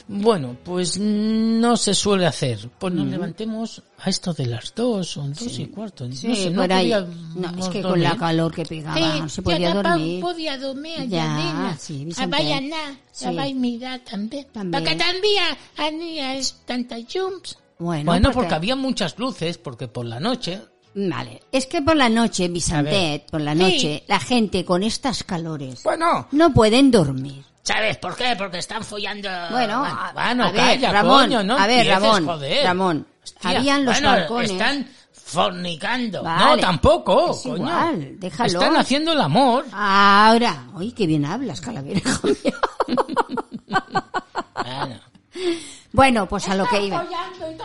[SPEAKER 1] bueno, pues no se suele hacer. Pues nos levantemos a esto de las dos o dos y cuarto. No
[SPEAKER 2] Mm. Sí,
[SPEAKER 1] sé, no
[SPEAKER 2] por ahí.
[SPEAKER 1] podíamos
[SPEAKER 2] No, es que con
[SPEAKER 1] dormir.
[SPEAKER 2] la calor que pegaba no Ah, se podía
[SPEAKER 3] yo tampoco
[SPEAKER 2] dormir.
[SPEAKER 3] podía dormir,
[SPEAKER 2] Ya,
[SPEAKER 3] Angelina.
[SPEAKER 2] sí,
[SPEAKER 3] a
[SPEAKER 2] Vicente.
[SPEAKER 3] vaya nada,
[SPEAKER 2] Sí.
[SPEAKER 3] a vaya mirar también.
[SPEAKER 2] També.
[SPEAKER 3] Porque también había tantas jumps.
[SPEAKER 2] Bueno, pues
[SPEAKER 1] Bueno, porque había muchas luces, porque por la noche.
[SPEAKER 2] Vale, es que por la noche, Vicentet, por la noche, la gente con estas calores
[SPEAKER 4] Bueno,
[SPEAKER 2] no pueden dormir.
[SPEAKER 1] ¿Sabes por qué? Porque están follando.
[SPEAKER 2] Bueno, a,
[SPEAKER 1] Ah, Bueno,
[SPEAKER 2] a ver,
[SPEAKER 1] calla,
[SPEAKER 2] Ramón,
[SPEAKER 1] coño, no
[SPEAKER 2] a ver,
[SPEAKER 1] empieces,
[SPEAKER 2] Ramón,
[SPEAKER 1] joder.
[SPEAKER 2] Ramón,
[SPEAKER 1] Hostia,
[SPEAKER 2] habían los
[SPEAKER 1] bueno,
[SPEAKER 2] balcones.
[SPEAKER 1] Están fornicando.
[SPEAKER 2] Vale.
[SPEAKER 1] No, tampoco.
[SPEAKER 2] Es
[SPEAKER 1] coño.
[SPEAKER 2] igual, déjalos.
[SPEAKER 1] Están haciendo el amor.
[SPEAKER 2] Ahora, uy, qué bien hablas, calavera. [laughs] hijo mío. Ah.
[SPEAKER 1] Bueno.
[SPEAKER 2] bueno, pues a lo que iba.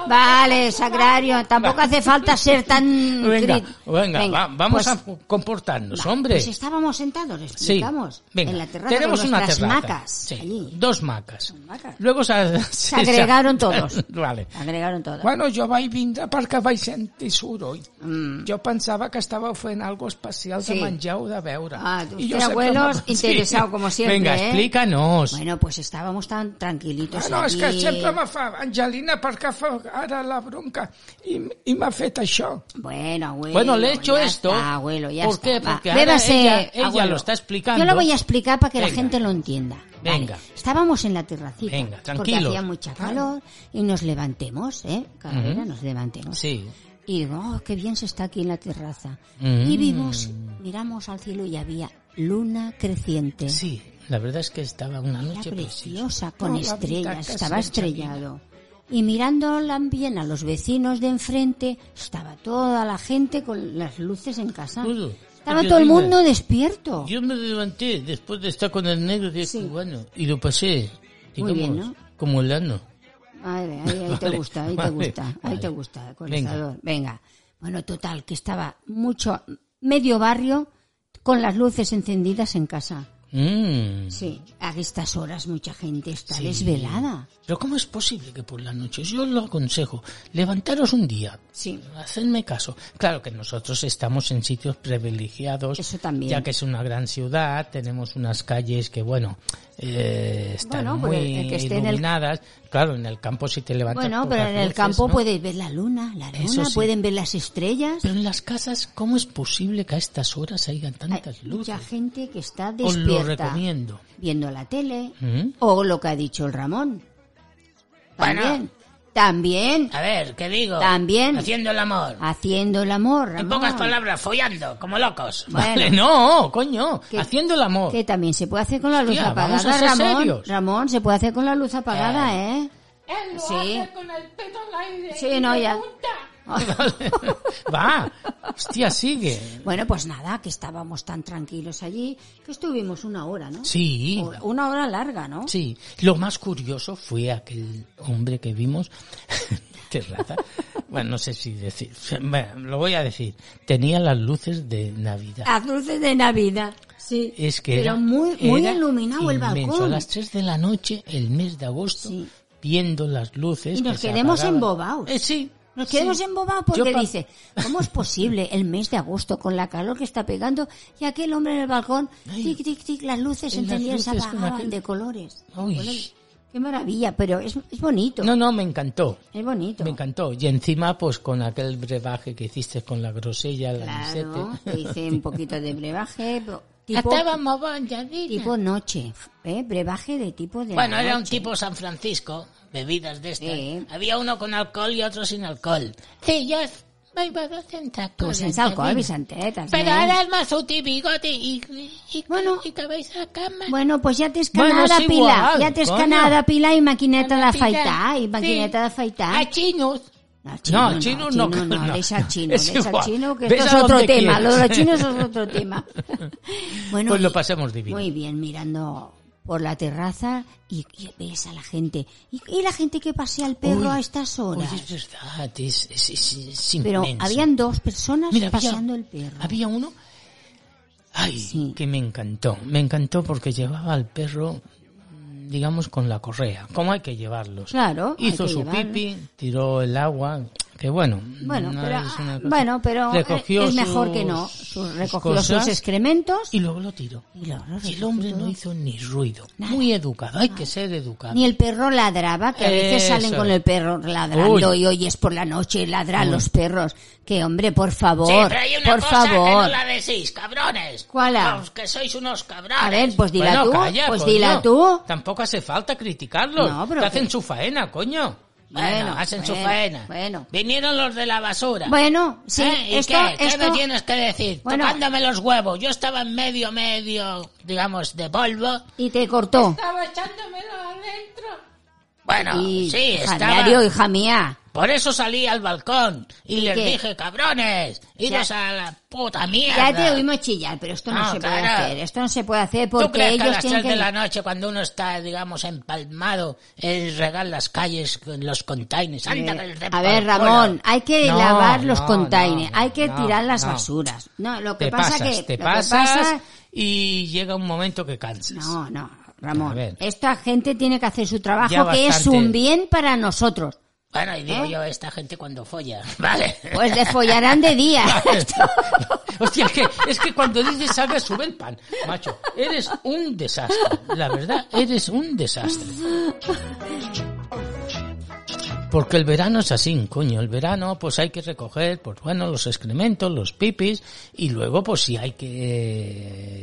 [SPEAKER 2] Vale, Sagrario, tampoco hace falta ser tan...
[SPEAKER 1] [laughs] Venga,
[SPEAKER 2] crit-
[SPEAKER 1] venga, va- vamos
[SPEAKER 2] Mm, pues-
[SPEAKER 1] a comportarnos,
[SPEAKER 2] va,
[SPEAKER 1] hombre.
[SPEAKER 2] Pues estábamos sentados,
[SPEAKER 1] Sí,
[SPEAKER 2] explicamos,
[SPEAKER 1] venga.
[SPEAKER 2] en la terraza
[SPEAKER 1] Tenemos
[SPEAKER 2] con
[SPEAKER 1] una
[SPEAKER 2] nuestras
[SPEAKER 1] terraza.
[SPEAKER 2] macas.
[SPEAKER 1] Sí,
[SPEAKER 2] allí.
[SPEAKER 1] dos macas.
[SPEAKER 2] macas.
[SPEAKER 1] Luego se,
[SPEAKER 4] [laughs]
[SPEAKER 2] Se agregaron todos.
[SPEAKER 1] Vale.
[SPEAKER 2] Agregaron todo.
[SPEAKER 4] bueno, jo vaig vindre perquè vaig sentir soroll.
[SPEAKER 2] Mm.
[SPEAKER 4] Jo pensava que estàveu fent algo especial
[SPEAKER 2] Sí.
[SPEAKER 4] de menjar o de beure.
[SPEAKER 2] Ah, tu
[SPEAKER 4] I jo
[SPEAKER 2] teu
[SPEAKER 4] sempre
[SPEAKER 2] abuelo
[SPEAKER 4] m'ha- [laughs]
[SPEAKER 2] interesado como siempre,
[SPEAKER 1] Venga,
[SPEAKER 2] ¿eh?
[SPEAKER 1] explícanos.
[SPEAKER 2] Bueno, pues estábamos tan
[SPEAKER 1] Ah,
[SPEAKER 2] tranquilitos
[SPEAKER 4] Bueno, Ah, és que
[SPEAKER 2] aquí.
[SPEAKER 4] sempre me fa... Angelina, per què fa ara la bronca? I, i m'ha fet això.
[SPEAKER 2] Bueno, abuelo.
[SPEAKER 1] Bueno, le he hecho
[SPEAKER 2] ya
[SPEAKER 1] esto.
[SPEAKER 2] Está, abuelo, ya
[SPEAKER 1] ¿Por
[SPEAKER 2] está.
[SPEAKER 1] qué?
[SPEAKER 2] Va,
[SPEAKER 1] Porque ahora
[SPEAKER 2] bébase,
[SPEAKER 1] ella- ella
[SPEAKER 2] abuelo.
[SPEAKER 1] lo está explicando.
[SPEAKER 2] Yo lo voy a explicar para que la
[SPEAKER 1] Venga.
[SPEAKER 2] gente lo entienda. Vale,
[SPEAKER 1] Venga.
[SPEAKER 2] Estábamos en la terracita.
[SPEAKER 1] Venga,
[SPEAKER 2] Porque
[SPEAKER 1] tranquilos.
[SPEAKER 2] hacía mucha calor y nos levantemos, ¿eh? Calavera, nos levantemos.
[SPEAKER 1] Sí.
[SPEAKER 2] Y digo, oh, qué bien se está aquí en la terraza.
[SPEAKER 1] Mm.
[SPEAKER 2] Y vimos, miramos al cielo y había luna creciente.
[SPEAKER 1] Sí, la verdad es que estaba una
[SPEAKER 2] Era
[SPEAKER 1] noche preciosa.
[SPEAKER 2] preciosa, con
[SPEAKER 4] Toda la vida
[SPEAKER 2] estrellas,
[SPEAKER 4] casi
[SPEAKER 2] estaba
[SPEAKER 4] en
[SPEAKER 2] estrellado. Y mirando bien a los vecinos de enfrente, estaba toda la gente con las luces en casa.
[SPEAKER 1] Todo.
[SPEAKER 2] Estaba
[SPEAKER 1] Porque
[SPEAKER 2] todo el
[SPEAKER 1] dime,
[SPEAKER 2] mundo despierto.
[SPEAKER 1] Yo me levanté después de estar con el negro que es cubano y lo pasé,
[SPEAKER 2] Muy
[SPEAKER 1] digamos,
[SPEAKER 2] bien,
[SPEAKER 1] como el ano.
[SPEAKER 2] Madre, ahí, ahí
[SPEAKER 1] Vale,
[SPEAKER 2] te gusta, ahí
[SPEAKER 1] vale,
[SPEAKER 2] te gusta, ahí
[SPEAKER 1] vale.
[SPEAKER 2] te gusta,
[SPEAKER 1] Venga.
[SPEAKER 2] colonizador. Venga. Bueno, total, que estaba mucho, medio barrio con las luces encendidas en casa.
[SPEAKER 1] Mm.
[SPEAKER 2] Sí, a estas horas mucha gente está desvelada.
[SPEAKER 1] Pero ¿cómo es posible que por las noches? Yo lo aconsejo, levantaros un día,
[SPEAKER 2] Sí.
[SPEAKER 1] hacedme caso. Claro que nosotros estamos en sitios privilegiados,
[SPEAKER 2] Eso también.
[SPEAKER 1] ya que es una gran ciudad, tenemos unas calles que, bueno, eh, están
[SPEAKER 2] Bueno, pues
[SPEAKER 1] muy
[SPEAKER 2] el que esté en el-
[SPEAKER 1] iluminadas. Claro, en el campo si te levantas
[SPEAKER 2] Bueno,
[SPEAKER 1] pocas
[SPEAKER 2] pero en el
[SPEAKER 1] veces,
[SPEAKER 2] campo
[SPEAKER 1] ¿no?
[SPEAKER 2] puedes ver la luna, la
[SPEAKER 1] Eso
[SPEAKER 2] luna,
[SPEAKER 1] sí.
[SPEAKER 2] pueden ver las estrellas.
[SPEAKER 1] Pero en las casas, ¿cómo es posible que a estas horas hayan tantas
[SPEAKER 2] Hay
[SPEAKER 1] luces?
[SPEAKER 2] mucha gente que está
[SPEAKER 1] Os lo
[SPEAKER 2] despierta
[SPEAKER 1] recomiendo.
[SPEAKER 2] viendo la tele
[SPEAKER 1] ¿Mm?
[SPEAKER 2] o lo que ha dicho el Ramón. También, también
[SPEAKER 1] A ver, ¿qué digo?
[SPEAKER 2] También.
[SPEAKER 1] Haciendo el amor.
[SPEAKER 2] haciendo el amor. Ramón,
[SPEAKER 1] palabras, follando, como locos.
[SPEAKER 2] Bueno.
[SPEAKER 1] Vale, no, coño,
[SPEAKER 2] Que-
[SPEAKER 1] haciendo el amor. [laughs]
[SPEAKER 2] Que también se puede hacer con la luz
[SPEAKER 1] Hostia,
[SPEAKER 2] apagada,
[SPEAKER 1] vamos a ser
[SPEAKER 2] Ramón.
[SPEAKER 1] serios.
[SPEAKER 2] Ramón, se puede hacer con la luz apagada, ¿eh?
[SPEAKER 3] Él lo
[SPEAKER 2] Sí.
[SPEAKER 3] hace con el peto al aire.
[SPEAKER 2] Sí,
[SPEAKER 3] y
[SPEAKER 2] no,
[SPEAKER 3] me
[SPEAKER 2] ya.
[SPEAKER 3] pregunta,
[SPEAKER 1] Va, hostia, sigue.
[SPEAKER 2] Bueno, pues nada, que estábamos tan tranquilos allí, que estuvimos una hora, ¿no?
[SPEAKER 1] Sí,
[SPEAKER 2] O- Una hora larga, ¿no?
[SPEAKER 1] sí. Lo más curioso fue aquel hombre que vimos. [laughs] Qué raza. Bueno, no sé si decir. Bueno, lo voy a decir. Tenía las luces de Navidad.
[SPEAKER 2] Las luces de Navidad, sí.
[SPEAKER 1] Es que
[SPEAKER 2] Pero
[SPEAKER 1] era,
[SPEAKER 2] muy, muy
[SPEAKER 1] era
[SPEAKER 2] iluminado el
[SPEAKER 1] inmenso.
[SPEAKER 2] balcón.
[SPEAKER 1] A las 3 de la noche, el mes de agosto,
[SPEAKER 2] Sí.
[SPEAKER 1] viendo las luces.
[SPEAKER 2] Y nos
[SPEAKER 1] que se
[SPEAKER 2] quedemos
[SPEAKER 1] apagaban.
[SPEAKER 2] embobados.
[SPEAKER 1] Eh, sí.
[SPEAKER 2] Nos
[SPEAKER 1] sí.
[SPEAKER 2] quedamos embobados porque
[SPEAKER 1] Yo pa-
[SPEAKER 2] dice, ¿cómo es posible el mes de agosto con la calor que está pegando y aquel hombre en el balcón, tic, tic, tic, las luces
[SPEAKER 1] y las
[SPEAKER 2] encendidas se
[SPEAKER 1] luces con
[SPEAKER 2] apagaban
[SPEAKER 1] aquel-
[SPEAKER 2] de colores?
[SPEAKER 1] Uy.
[SPEAKER 2] Colores. Qué maravilla, pero es, es bonito,
[SPEAKER 1] No, no, me encantó.
[SPEAKER 2] es bonito.
[SPEAKER 1] Me encantó. Y encima, pues con aquel brebaje que hiciste con la grosella, la
[SPEAKER 2] Claro,
[SPEAKER 1] lisette.
[SPEAKER 2] te
[SPEAKER 1] [laughs]
[SPEAKER 2] hice un poquito de brebaje, pero tipo,
[SPEAKER 3] Estábamos bondaditas.
[SPEAKER 2] tipo noche, ¿eh? brebaje de tipo de
[SPEAKER 1] Bueno,
[SPEAKER 2] la
[SPEAKER 1] era un
[SPEAKER 2] noche.
[SPEAKER 1] tipo San Francisco, bebidas de estas.
[SPEAKER 2] Sí.
[SPEAKER 1] Había uno con alcohol y otro sin alcohol.
[SPEAKER 3] Sí, yo es- me iba a sentar
[SPEAKER 2] Tú
[SPEAKER 3] con el
[SPEAKER 2] sense Pues alcohol,
[SPEAKER 3] camino.
[SPEAKER 2] Vicente, ¿eh? también.
[SPEAKER 3] Pero ahora es más útil bigote y, y, y,
[SPEAKER 2] Bueno.
[SPEAKER 3] y cabeza cama.
[SPEAKER 2] Bueno, pues ja tens que anar
[SPEAKER 1] Bueno,
[SPEAKER 2] a
[SPEAKER 1] és
[SPEAKER 2] depilar,
[SPEAKER 1] igual,
[SPEAKER 2] ja tens que
[SPEAKER 1] coño.
[SPEAKER 2] anar a depilar i maquineta
[SPEAKER 3] Anar a depilar.
[SPEAKER 2] d'afaitar, i maquineta
[SPEAKER 3] Sí.
[SPEAKER 2] d'afaitar.
[SPEAKER 3] A chinos.
[SPEAKER 2] No,
[SPEAKER 1] No, chino no,
[SPEAKER 2] chino
[SPEAKER 1] no.
[SPEAKER 2] Deja el chino,
[SPEAKER 1] [laughs] Es
[SPEAKER 2] deja el
[SPEAKER 1] igual.
[SPEAKER 2] chino, que
[SPEAKER 1] Ves
[SPEAKER 2] esto
[SPEAKER 1] a
[SPEAKER 2] es otro
[SPEAKER 1] donde
[SPEAKER 2] tema. Lo
[SPEAKER 1] [laughs]
[SPEAKER 2] de los
[SPEAKER 1] quieres.
[SPEAKER 2] chinos es otro tema. bueno,
[SPEAKER 1] Pues lo
[SPEAKER 2] y-
[SPEAKER 1] pasamos divino.
[SPEAKER 2] Muy bien, mirando por la terraza y, y ves a la gente. ¿Y, y la gente que pasea el perro
[SPEAKER 1] Uy,
[SPEAKER 2] a estas horas?
[SPEAKER 1] Oye, es verdad, es, es, es- es
[SPEAKER 2] Pero
[SPEAKER 1] inmenso.
[SPEAKER 2] habían dos personas
[SPEAKER 1] Mira, había-
[SPEAKER 2] paseando el perro.
[SPEAKER 1] Había uno. Ay,
[SPEAKER 2] Sí.
[SPEAKER 1] que me encantó. Me encantó porque llevaba al perro, mm, digamos, con la correa. ¿Cómo hay que llevarlos?
[SPEAKER 2] Claro, hay
[SPEAKER 1] Hizo
[SPEAKER 2] que
[SPEAKER 1] su
[SPEAKER 2] llevarlo.
[SPEAKER 1] pipi, tiró el agua. Que bueno.
[SPEAKER 2] Bueno,
[SPEAKER 1] no
[SPEAKER 2] pero, ah,
[SPEAKER 1] es una cosa.
[SPEAKER 2] bueno, pero eh,
[SPEAKER 1] Recogió
[SPEAKER 2] es mejor
[SPEAKER 1] sus-
[SPEAKER 2] que no. Sus- recogió
[SPEAKER 1] cosas
[SPEAKER 2] sus excrementos
[SPEAKER 1] Y luego lo tiró.
[SPEAKER 2] y lo-
[SPEAKER 1] Y
[SPEAKER 2] lo
[SPEAKER 1] el
[SPEAKER 2] recogió
[SPEAKER 1] hombre no
[SPEAKER 2] todo.
[SPEAKER 1] hizo ni ruido. Muy educado. Hay que ser educado.
[SPEAKER 2] Ni el perro ladraba, que a veces
[SPEAKER 1] Eso
[SPEAKER 2] salen con
[SPEAKER 1] es.
[SPEAKER 2] el perro ladrando
[SPEAKER 1] Uy.
[SPEAKER 2] y oyes por la noche ladran los perros. Que hombre, por favor,
[SPEAKER 1] Sí, pero hay una
[SPEAKER 2] por
[SPEAKER 1] cosa que no
[SPEAKER 2] favor.
[SPEAKER 1] la decís, cabrones.
[SPEAKER 2] ¿Cuál?
[SPEAKER 1] Vamos, que sois unos cabrones.
[SPEAKER 2] A ver, pues dila
[SPEAKER 1] Bueno,
[SPEAKER 2] tú,
[SPEAKER 1] calla,
[SPEAKER 2] pues
[SPEAKER 1] coño.
[SPEAKER 2] dila tú.
[SPEAKER 1] Tampoco hace falta criticarlos.
[SPEAKER 2] No, pero
[SPEAKER 1] que
[SPEAKER 2] que-
[SPEAKER 1] hacen su faena, coño. Bueno,
[SPEAKER 2] Bueno,
[SPEAKER 1] hacen su
[SPEAKER 2] bueno,
[SPEAKER 1] faena.
[SPEAKER 2] bueno.
[SPEAKER 1] Vinieron los de la basura.
[SPEAKER 2] Bueno, sí,
[SPEAKER 1] ¿Eh? ¿Y
[SPEAKER 2] esto,
[SPEAKER 1] qué? ¿Qué
[SPEAKER 2] esto-
[SPEAKER 1] me tienes que decir?
[SPEAKER 2] Bueno.
[SPEAKER 1] Tocándome los huevos. Yo estaba en medio, medio, digamos, de polvo.
[SPEAKER 2] y te cortó.
[SPEAKER 3] Estaba echándomelo adentro.
[SPEAKER 1] Bueno,
[SPEAKER 2] y
[SPEAKER 1] sí,
[SPEAKER 2] hija,
[SPEAKER 1] estaba...
[SPEAKER 2] diario, hija mía.
[SPEAKER 1] Por eso salí al balcón y les
[SPEAKER 2] qué?
[SPEAKER 1] dije, cabrones, iros a la puta mierda.
[SPEAKER 2] Ya te oímos chillar, pero esto no,
[SPEAKER 1] No,
[SPEAKER 2] se puede
[SPEAKER 1] claro.
[SPEAKER 2] hacer. Esto no se puede hacer
[SPEAKER 1] ¿Tú
[SPEAKER 2] porque
[SPEAKER 1] crees que a
[SPEAKER 2] ellos
[SPEAKER 1] las 3
[SPEAKER 2] tienen que. Eh,
[SPEAKER 1] de la noche, cuando uno está, digamos, empalmado, es regar las calles con los containers? Anda, que les dé
[SPEAKER 2] A ver,
[SPEAKER 1] por culo.
[SPEAKER 2] Ramón, ah, hay que
[SPEAKER 1] No,
[SPEAKER 2] lavar los
[SPEAKER 1] no,
[SPEAKER 2] containers,
[SPEAKER 1] no,
[SPEAKER 2] hay que
[SPEAKER 1] no,
[SPEAKER 2] tirar las
[SPEAKER 1] no.
[SPEAKER 2] basuras. No, lo que
[SPEAKER 1] Te
[SPEAKER 2] pasa
[SPEAKER 1] pasas,
[SPEAKER 2] que
[SPEAKER 1] te
[SPEAKER 2] lo que
[SPEAKER 1] pasas
[SPEAKER 2] pasa-
[SPEAKER 1] y llega un momento que cansas.
[SPEAKER 2] No, no,
[SPEAKER 1] A
[SPEAKER 2] Ramón.
[SPEAKER 1] ver.
[SPEAKER 2] Esta gente tiene que hacer su trabajo,
[SPEAKER 1] Ya
[SPEAKER 2] que es
[SPEAKER 1] bastante.
[SPEAKER 2] un bien para nosotros.
[SPEAKER 1] Bueno, y digo yo, esta gente cuando folla, [laughs] ¿vale?
[SPEAKER 2] Pues les follarán de día.
[SPEAKER 1] [laughs] Hostia, es que, es que cuando dices salga sube el pan, macho, eres un desastre. La verdad, eres un desastre. Porque el verano es así, coño. El verano, pues hay que recoger, pues bueno, los excrementos, los pipis, y luego, pues sí hay que.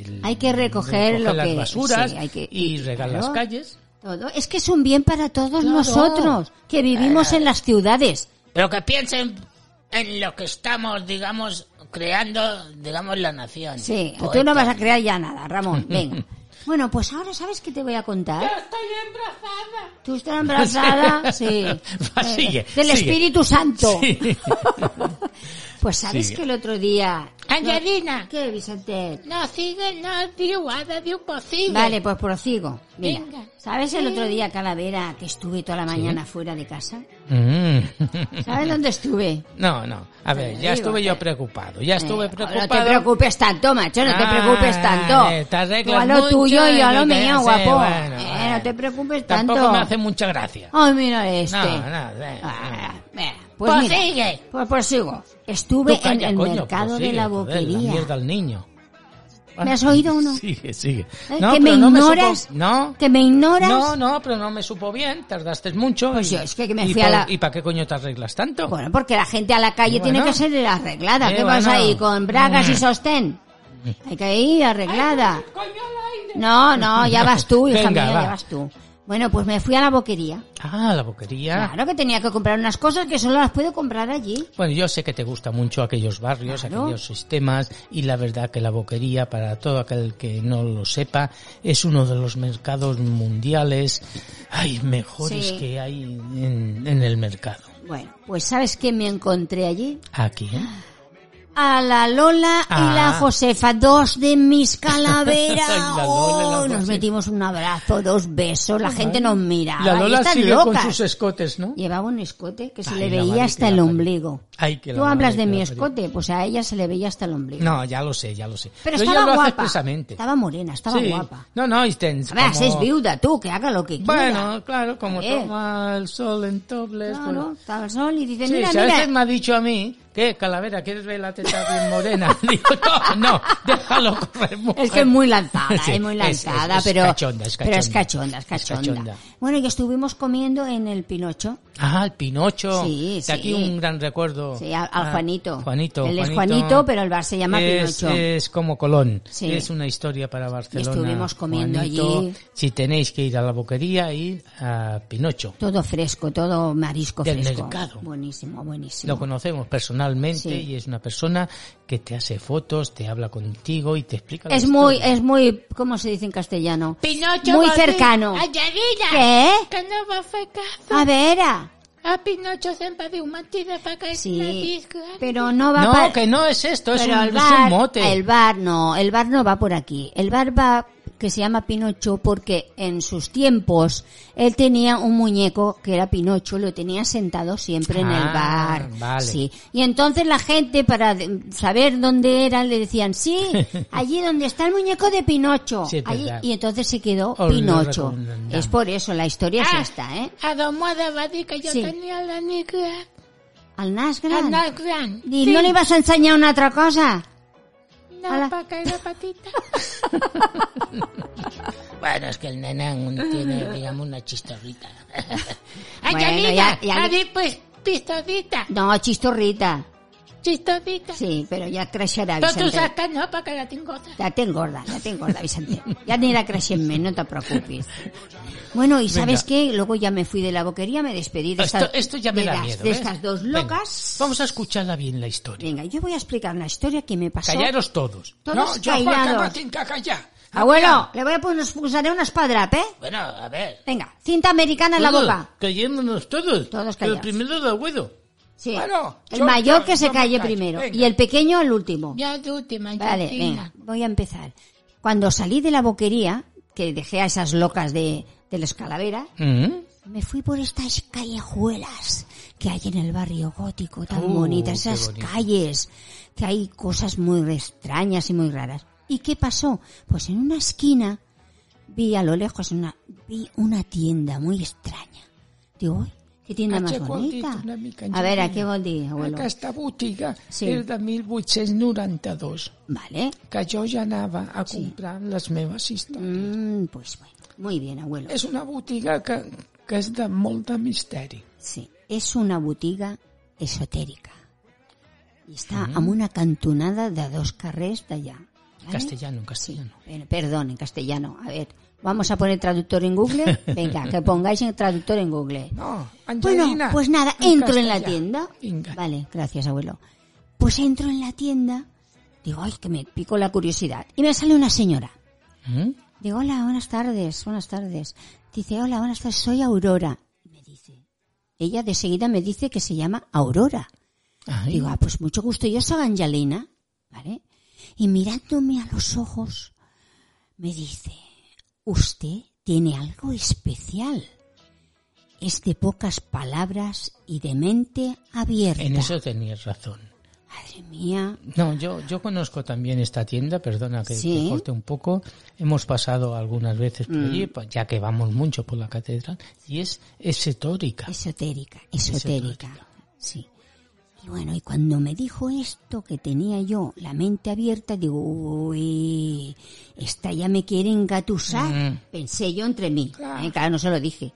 [SPEAKER 1] eh,
[SPEAKER 2] Hay que recoger lo
[SPEAKER 1] las
[SPEAKER 2] que-
[SPEAKER 1] basuras
[SPEAKER 2] sí, hay que-
[SPEAKER 1] y regar
[SPEAKER 2] claro.
[SPEAKER 1] las calles.
[SPEAKER 2] Todo. Es que es un bien para todos nosotros, que vivimos en las ciudades.
[SPEAKER 1] Pero que piensen en lo que estamos, digamos, creando, digamos, la nación. Pues
[SPEAKER 2] Sí, tú
[SPEAKER 1] Poeta.
[SPEAKER 2] no vas a crear ya nada,
[SPEAKER 1] [laughs]
[SPEAKER 2] Ramón. Venga. Bueno, pues ahora sabes qué te voy a
[SPEAKER 3] Yo
[SPEAKER 2] contar.
[SPEAKER 3] estoy embarazada.
[SPEAKER 2] Tú
[SPEAKER 1] [laughs]
[SPEAKER 2] estás embarazada, sí. Eh,
[SPEAKER 1] Va, sigue,
[SPEAKER 2] Del
[SPEAKER 1] sigue.
[SPEAKER 2] Espíritu Santo. [laughs]
[SPEAKER 1] Sí.
[SPEAKER 2] Pues sabes
[SPEAKER 1] Sigue.
[SPEAKER 2] que el otro día...
[SPEAKER 3] Angelina.
[SPEAKER 2] ¿Qué, Vicente?
[SPEAKER 3] No sigue, no digo, ahora digo, pues sigue.
[SPEAKER 2] Vale, pues prosigo. Mira,
[SPEAKER 3] Venga.
[SPEAKER 2] ¿sabes el otro día, Calavera, que estuve toda la mañana fuera de casa? [laughs]
[SPEAKER 1] Mm.
[SPEAKER 2] ¿Sabes dónde estuve?
[SPEAKER 1] No, no. A ver, ya
[SPEAKER 2] digo,
[SPEAKER 1] estuve
[SPEAKER 2] eh.
[SPEAKER 1] yo preocupado. Ya [laughs] estuve
[SPEAKER 2] Eh,
[SPEAKER 1] preocupado.
[SPEAKER 2] No te preocupes tanto, macho, no te
[SPEAKER 1] Ah,
[SPEAKER 2] preocupes tanto.
[SPEAKER 1] eh, te arreglas
[SPEAKER 2] Igual no
[SPEAKER 1] muy
[SPEAKER 2] tú tuyo y yo a lo
[SPEAKER 1] que
[SPEAKER 2] mío,
[SPEAKER 1] no sé,
[SPEAKER 2] guapo.
[SPEAKER 1] bueno,
[SPEAKER 2] Eh,
[SPEAKER 1] bueno.
[SPEAKER 2] No te preocupes
[SPEAKER 1] Tampoco
[SPEAKER 2] tanto.
[SPEAKER 1] me hace mucha gracia.
[SPEAKER 2] Ay, mira este.
[SPEAKER 1] No, no, eh, no,
[SPEAKER 2] Ah,
[SPEAKER 1] no.
[SPEAKER 2] mira, pues
[SPEAKER 3] Pues
[SPEAKER 2] mira,
[SPEAKER 3] sigue.
[SPEAKER 2] Pues, pues sigo. Estuve
[SPEAKER 1] Tú calla,
[SPEAKER 2] en el
[SPEAKER 1] coño,
[SPEAKER 2] mercado
[SPEAKER 1] prosigue,
[SPEAKER 2] de la
[SPEAKER 1] joder, la
[SPEAKER 2] boquería.
[SPEAKER 1] mierda al niño.
[SPEAKER 2] ¿Me has oído o no?
[SPEAKER 1] [laughs] Sigue, sigue.
[SPEAKER 2] ¿Eh? ¿Que me
[SPEAKER 1] pero
[SPEAKER 2] ignoras?
[SPEAKER 1] supo- no.
[SPEAKER 2] ¿Que me ignoras?
[SPEAKER 1] No, no, pero no me supo bien, tardaste mucho.
[SPEAKER 2] Pues
[SPEAKER 1] y-
[SPEAKER 2] yo, es que me
[SPEAKER 1] y
[SPEAKER 2] fui a
[SPEAKER 1] por-
[SPEAKER 2] la-
[SPEAKER 1] ¿Y para qué coño te arreglas tanto?
[SPEAKER 2] Bueno, porque la gente a la calle
[SPEAKER 1] Eh,
[SPEAKER 2] tiene
[SPEAKER 1] bueno.
[SPEAKER 2] que ser arreglada.
[SPEAKER 1] Eh,
[SPEAKER 2] ¿Qué vas
[SPEAKER 1] bueno. Mm.
[SPEAKER 2] ahí? ¿Con bragas y sostén? Hay que ir arreglada. No, no, ya vas tú, hija
[SPEAKER 1] Venga,
[SPEAKER 2] mía,
[SPEAKER 1] va.
[SPEAKER 2] ya vas tú. Bueno, pues me fui a la boquería.
[SPEAKER 1] Ah, la boquería.
[SPEAKER 2] Claro que tenía que comprar unas cosas que solo las puedo comprar allí.
[SPEAKER 1] Bueno, yo sé que te gusta mucho aquellos barrios,
[SPEAKER 2] Claro.
[SPEAKER 1] aquellos sistemas, y la verdad que la boquería, para todo aquel que no lo sepa, es uno de los mercados mundiales ay, mejores
[SPEAKER 2] Sí.
[SPEAKER 1] que hay en, en el mercado.
[SPEAKER 2] Bueno, pues ¿sabes qué me encontré allí?
[SPEAKER 1] Aquí, ¿eh?
[SPEAKER 2] A la Lola
[SPEAKER 1] Ah.
[SPEAKER 2] y la Josefa, dos de mis calaveras.
[SPEAKER 1] Ay, [laughs] la Lola y la
[SPEAKER 2] Oh, nos
[SPEAKER 1] Josefa.
[SPEAKER 2] metimos un abrazo, dos besos, la gente nos mira.
[SPEAKER 1] la Lola
[SPEAKER 2] Ah, están
[SPEAKER 1] sigue con
[SPEAKER 2] locas.
[SPEAKER 1] sus escotes, ¿no?
[SPEAKER 2] Llevaba un escote que se
[SPEAKER 1] Ay,
[SPEAKER 2] le
[SPEAKER 1] la
[SPEAKER 2] veía
[SPEAKER 1] madre que
[SPEAKER 2] hasta
[SPEAKER 1] la
[SPEAKER 2] el
[SPEAKER 1] parió.
[SPEAKER 2] ombligo.
[SPEAKER 1] Ay, que la
[SPEAKER 2] Tú hablas
[SPEAKER 1] madre
[SPEAKER 2] de
[SPEAKER 1] que
[SPEAKER 2] mi
[SPEAKER 1] la parió.
[SPEAKER 2] escote, pues a ella se le veía hasta el ombligo.
[SPEAKER 1] No, ya lo sé, ya lo sé.
[SPEAKER 2] Pero
[SPEAKER 1] ella
[SPEAKER 2] estaba
[SPEAKER 1] lo hace
[SPEAKER 2] guapa.
[SPEAKER 1] expresamente.
[SPEAKER 2] Estaba morena, estaba
[SPEAKER 1] Sí.
[SPEAKER 2] guapa.
[SPEAKER 1] No, no, y ten-
[SPEAKER 2] A ver,
[SPEAKER 1] como-
[SPEAKER 2] es viuda tú, que haga lo que quiera.
[SPEAKER 1] Bueno, claro, como
[SPEAKER 2] A ver.
[SPEAKER 1] toma el sol en tobles.
[SPEAKER 2] No,
[SPEAKER 1] pues-
[SPEAKER 2] no, estaba el sol y dice,
[SPEAKER 1] Sí,
[SPEAKER 2] mira,
[SPEAKER 1] si a
[SPEAKER 2] mira.
[SPEAKER 1] veces me ha dicho a mí, ¿qué, Calavera, quieres ver la teta bien morena? [laughs] Digo, no, no, déjalo correr, mujer.
[SPEAKER 2] Es que es muy lanzada,
[SPEAKER 1] eh, [laughs] Sí,
[SPEAKER 2] es
[SPEAKER 1] es-
[SPEAKER 2] muy
[SPEAKER 1] es-
[SPEAKER 2] lanzada,
[SPEAKER 1] es
[SPEAKER 2] pero,
[SPEAKER 1] cachonda, es
[SPEAKER 2] pero es
[SPEAKER 1] cachonda.
[SPEAKER 2] cachonda, es
[SPEAKER 1] Es
[SPEAKER 2] cachonda.
[SPEAKER 1] cachonda.
[SPEAKER 2] Bueno, y estuvimos comiendo en el Pinocho.
[SPEAKER 1] Ah, el Pinocho.
[SPEAKER 2] Sí,
[SPEAKER 1] de
[SPEAKER 2] sí.
[SPEAKER 1] aquí un gran recuerdo.
[SPEAKER 2] Sí, a- a
[SPEAKER 1] Ah,
[SPEAKER 2] Juanito.
[SPEAKER 1] Juanito.
[SPEAKER 2] Él es Juanito, pero el bar se llama
[SPEAKER 1] Es-
[SPEAKER 2] Pinocho.
[SPEAKER 1] Es como Colón.
[SPEAKER 2] Sí.
[SPEAKER 1] Es una historia para Barcelona.
[SPEAKER 2] estuvimos comiendo
[SPEAKER 1] Juanito.
[SPEAKER 2] allí.
[SPEAKER 1] Si tenéis que ir a la boquería, ir a Pinocho.
[SPEAKER 2] Todo fresco, todo marisco
[SPEAKER 1] Del
[SPEAKER 2] fresco.
[SPEAKER 1] mercado.
[SPEAKER 2] Buenísimo, buenísimo.
[SPEAKER 1] Lo conocemos personalmente
[SPEAKER 2] Sí.
[SPEAKER 1] y es una persona que te hace fotos, te habla contigo y te explica. la
[SPEAKER 2] Es muy,
[SPEAKER 1] historia.
[SPEAKER 2] es muy, ¿cómo se dice en castellano?
[SPEAKER 3] Pinocho
[SPEAKER 2] Muy
[SPEAKER 3] volví
[SPEAKER 2] cercano.
[SPEAKER 3] A Yarina.
[SPEAKER 2] ¿Qué?
[SPEAKER 3] Que no va a fer caso.
[SPEAKER 2] A ver, ah,
[SPEAKER 3] A Pinocho sempre diu mentides fa que sí.
[SPEAKER 2] sí,
[SPEAKER 3] disc.
[SPEAKER 2] pero no va
[SPEAKER 1] No,
[SPEAKER 2] para...
[SPEAKER 1] que no es esto, es, un,
[SPEAKER 2] pero el
[SPEAKER 1] es
[SPEAKER 2] bar,
[SPEAKER 1] un mote.
[SPEAKER 2] el bar no, el bar no va por aquí. El bar va que se llama Pinocho porque en sus tiempos él tenía un muñeco que era Pinocho, lo tenía sentado siempre en el
[SPEAKER 1] Ah,
[SPEAKER 2] bar.
[SPEAKER 1] vale.
[SPEAKER 2] Sí. Y entonces la gente para de- saber dónde era le
[SPEAKER 1] [laughs]
[SPEAKER 2] decían, "Sí, allí donde está el muñeco de Pinocho."
[SPEAKER 1] Sí, es
[SPEAKER 2] Allí-
[SPEAKER 1] verdad.
[SPEAKER 2] y entonces se quedó
[SPEAKER 1] Os lo
[SPEAKER 2] Pinocho.
[SPEAKER 1] recomendamos.
[SPEAKER 2] Es por eso la historia
[SPEAKER 3] Ah.
[SPEAKER 2] es esta, ¿eh?
[SPEAKER 3] A Domoda va dir que jo sí.
[SPEAKER 2] Sí.
[SPEAKER 3] tenia la nit gran.
[SPEAKER 2] Al Nas
[SPEAKER 3] El
[SPEAKER 2] Gran.
[SPEAKER 3] nas gran.
[SPEAKER 2] Di, ¿no le vas a enseñar una otra cosa?
[SPEAKER 3] No,
[SPEAKER 2] Hola.
[SPEAKER 3] perquè era
[SPEAKER 2] [laughs]
[SPEAKER 3] petita.
[SPEAKER 1] [laughs] Bueno, es que el nena
[SPEAKER 2] [laughs]
[SPEAKER 1] tiene, digamos, una chistorrita.
[SPEAKER 3] A
[SPEAKER 2] Bueno,
[SPEAKER 3] Yarina,
[SPEAKER 2] ja- ja-
[SPEAKER 3] ha dit pues, pistodita.
[SPEAKER 2] No, chistorrita.
[SPEAKER 3] Chistodita.
[SPEAKER 2] Sí, però ja creixerà,
[SPEAKER 3] Però tu
[SPEAKER 2] Vicente.
[SPEAKER 3] saps que no, perquè la tinc gota.
[SPEAKER 2] La tenc gorda, la tenc gorda, Vicente. Ya anirà creixent més, no te preocupes. Bueno, y ¿sabes qué? Luego ya me fui de la boquería, me despedí de,
[SPEAKER 1] Esto,
[SPEAKER 2] estas,
[SPEAKER 1] esto ya me
[SPEAKER 2] de,
[SPEAKER 1] da
[SPEAKER 2] las-
[SPEAKER 1] miedo.
[SPEAKER 2] de
[SPEAKER 1] ¿eh?
[SPEAKER 2] estas dos
[SPEAKER 1] Venga,
[SPEAKER 2] locas.
[SPEAKER 1] vamos a escucharla bien la historia.
[SPEAKER 2] Venga, yo voy a explicar una historia que me pasó.
[SPEAKER 1] Callaros todos.
[SPEAKER 2] Todos
[SPEAKER 4] Jo, perquè no
[SPEAKER 2] callados.
[SPEAKER 4] tinc que callar.
[SPEAKER 2] Abuelo, le voy a poner, us posaré un espadrap, ¿eh?
[SPEAKER 1] Bueno, a ver.
[SPEAKER 2] Venga, cinta americana en la
[SPEAKER 1] Todos,
[SPEAKER 2] boca.
[SPEAKER 1] Callándonos todos.
[SPEAKER 2] Todos
[SPEAKER 1] Pero
[SPEAKER 2] callados.
[SPEAKER 1] primero de abuelo.
[SPEAKER 2] Sí.
[SPEAKER 4] Bueno,
[SPEAKER 2] el
[SPEAKER 4] yo-
[SPEAKER 2] mayor que
[SPEAKER 4] yo-
[SPEAKER 2] se
[SPEAKER 4] yo me
[SPEAKER 2] calle
[SPEAKER 4] callo.
[SPEAKER 2] primero
[SPEAKER 4] Venga.
[SPEAKER 2] y el pequeño el último.
[SPEAKER 3] Ja és l'última,
[SPEAKER 2] Vale, venga,
[SPEAKER 3] Georgina.
[SPEAKER 2] voy a empezar. Cuando salí de la boquería, que dejé a esas locas de, de la escalavera,
[SPEAKER 1] Mm.
[SPEAKER 2] me fui por estas callejuelas que hay en el barrio gótico, tan
[SPEAKER 1] Uh,
[SPEAKER 2] bonitas,
[SPEAKER 1] qué
[SPEAKER 2] esas
[SPEAKER 1] bonito.
[SPEAKER 2] calles, que hay cosas muy extrañas y muy raras. ¿Y qué pasó? Pues en una esquina vi a lo lejos una, vi una tienda muy extraña. Digo, "Uy, qué tienda
[SPEAKER 4] Haig
[SPEAKER 2] más
[SPEAKER 4] dir-te
[SPEAKER 2] bonita.
[SPEAKER 4] una mica,
[SPEAKER 2] A ver, ¿a
[SPEAKER 4] Angelina.
[SPEAKER 2] qué vol dir, abuelo?
[SPEAKER 4] Aquesta botiga
[SPEAKER 2] Sí.
[SPEAKER 4] és de 1892,
[SPEAKER 2] Vale.
[SPEAKER 4] que jo ja anava a comprar amb les meves històries.
[SPEAKER 2] Mm, pues bueno, muy bien, abuelo.
[SPEAKER 4] És una botiga que, que és de molt de misteri.
[SPEAKER 2] Sí, es una botiga esotèrica. I està en una cantonada de dos carrers d'allà. ¿vale?
[SPEAKER 1] Castellano, en castellano.
[SPEAKER 2] Eh, Perdón, en castellano. A ver, vamos a poner traductor en Google. Venga, que pongáis en traductor en Google.
[SPEAKER 4] No,
[SPEAKER 2] Oh. Bueno,
[SPEAKER 4] Angelina.
[SPEAKER 2] pues nada,
[SPEAKER 4] en
[SPEAKER 2] entro en la
[SPEAKER 4] castellà.
[SPEAKER 2] tienda.
[SPEAKER 4] Vinga.
[SPEAKER 2] Vale, gracias, abuelo. Pues entro en la tienda. Digo, ay, que me pico la curiosidad. Y me sale una señora.
[SPEAKER 1] Mm.
[SPEAKER 2] Digo, hola, buenas tardes, buenas tardes. Dice, hola, buenas tardes, soy Aurora. Me dice. Ella de seguida me dice que se llama Aurora.
[SPEAKER 1] Ay.
[SPEAKER 2] Digo, ah, pues mucho gusto, yo soy Angelina, ¿vale? Y mirándome a los ojos, me dice, usted tiene algo especial. Es de pocas palabras y de mente abierta.
[SPEAKER 1] En eso tenías razón.
[SPEAKER 2] Madre Madre mía.
[SPEAKER 1] No, yo, yo conozco también esta tienda, perdona que,
[SPEAKER 2] Sí. Mm.
[SPEAKER 1] que corte un poco. Hemos pasado algunas veces por allí, pues, ya que vamos mucho por la catedral, y es esotórica.
[SPEAKER 2] Esotérica, esotérica. Sí. Y bueno, y cuando me dijo esto que tenía yo la mente abierta, digo, uy, esta ya me quiere engatusar, pensé yo entre mí. ¿eh? Claro. no se lo dije.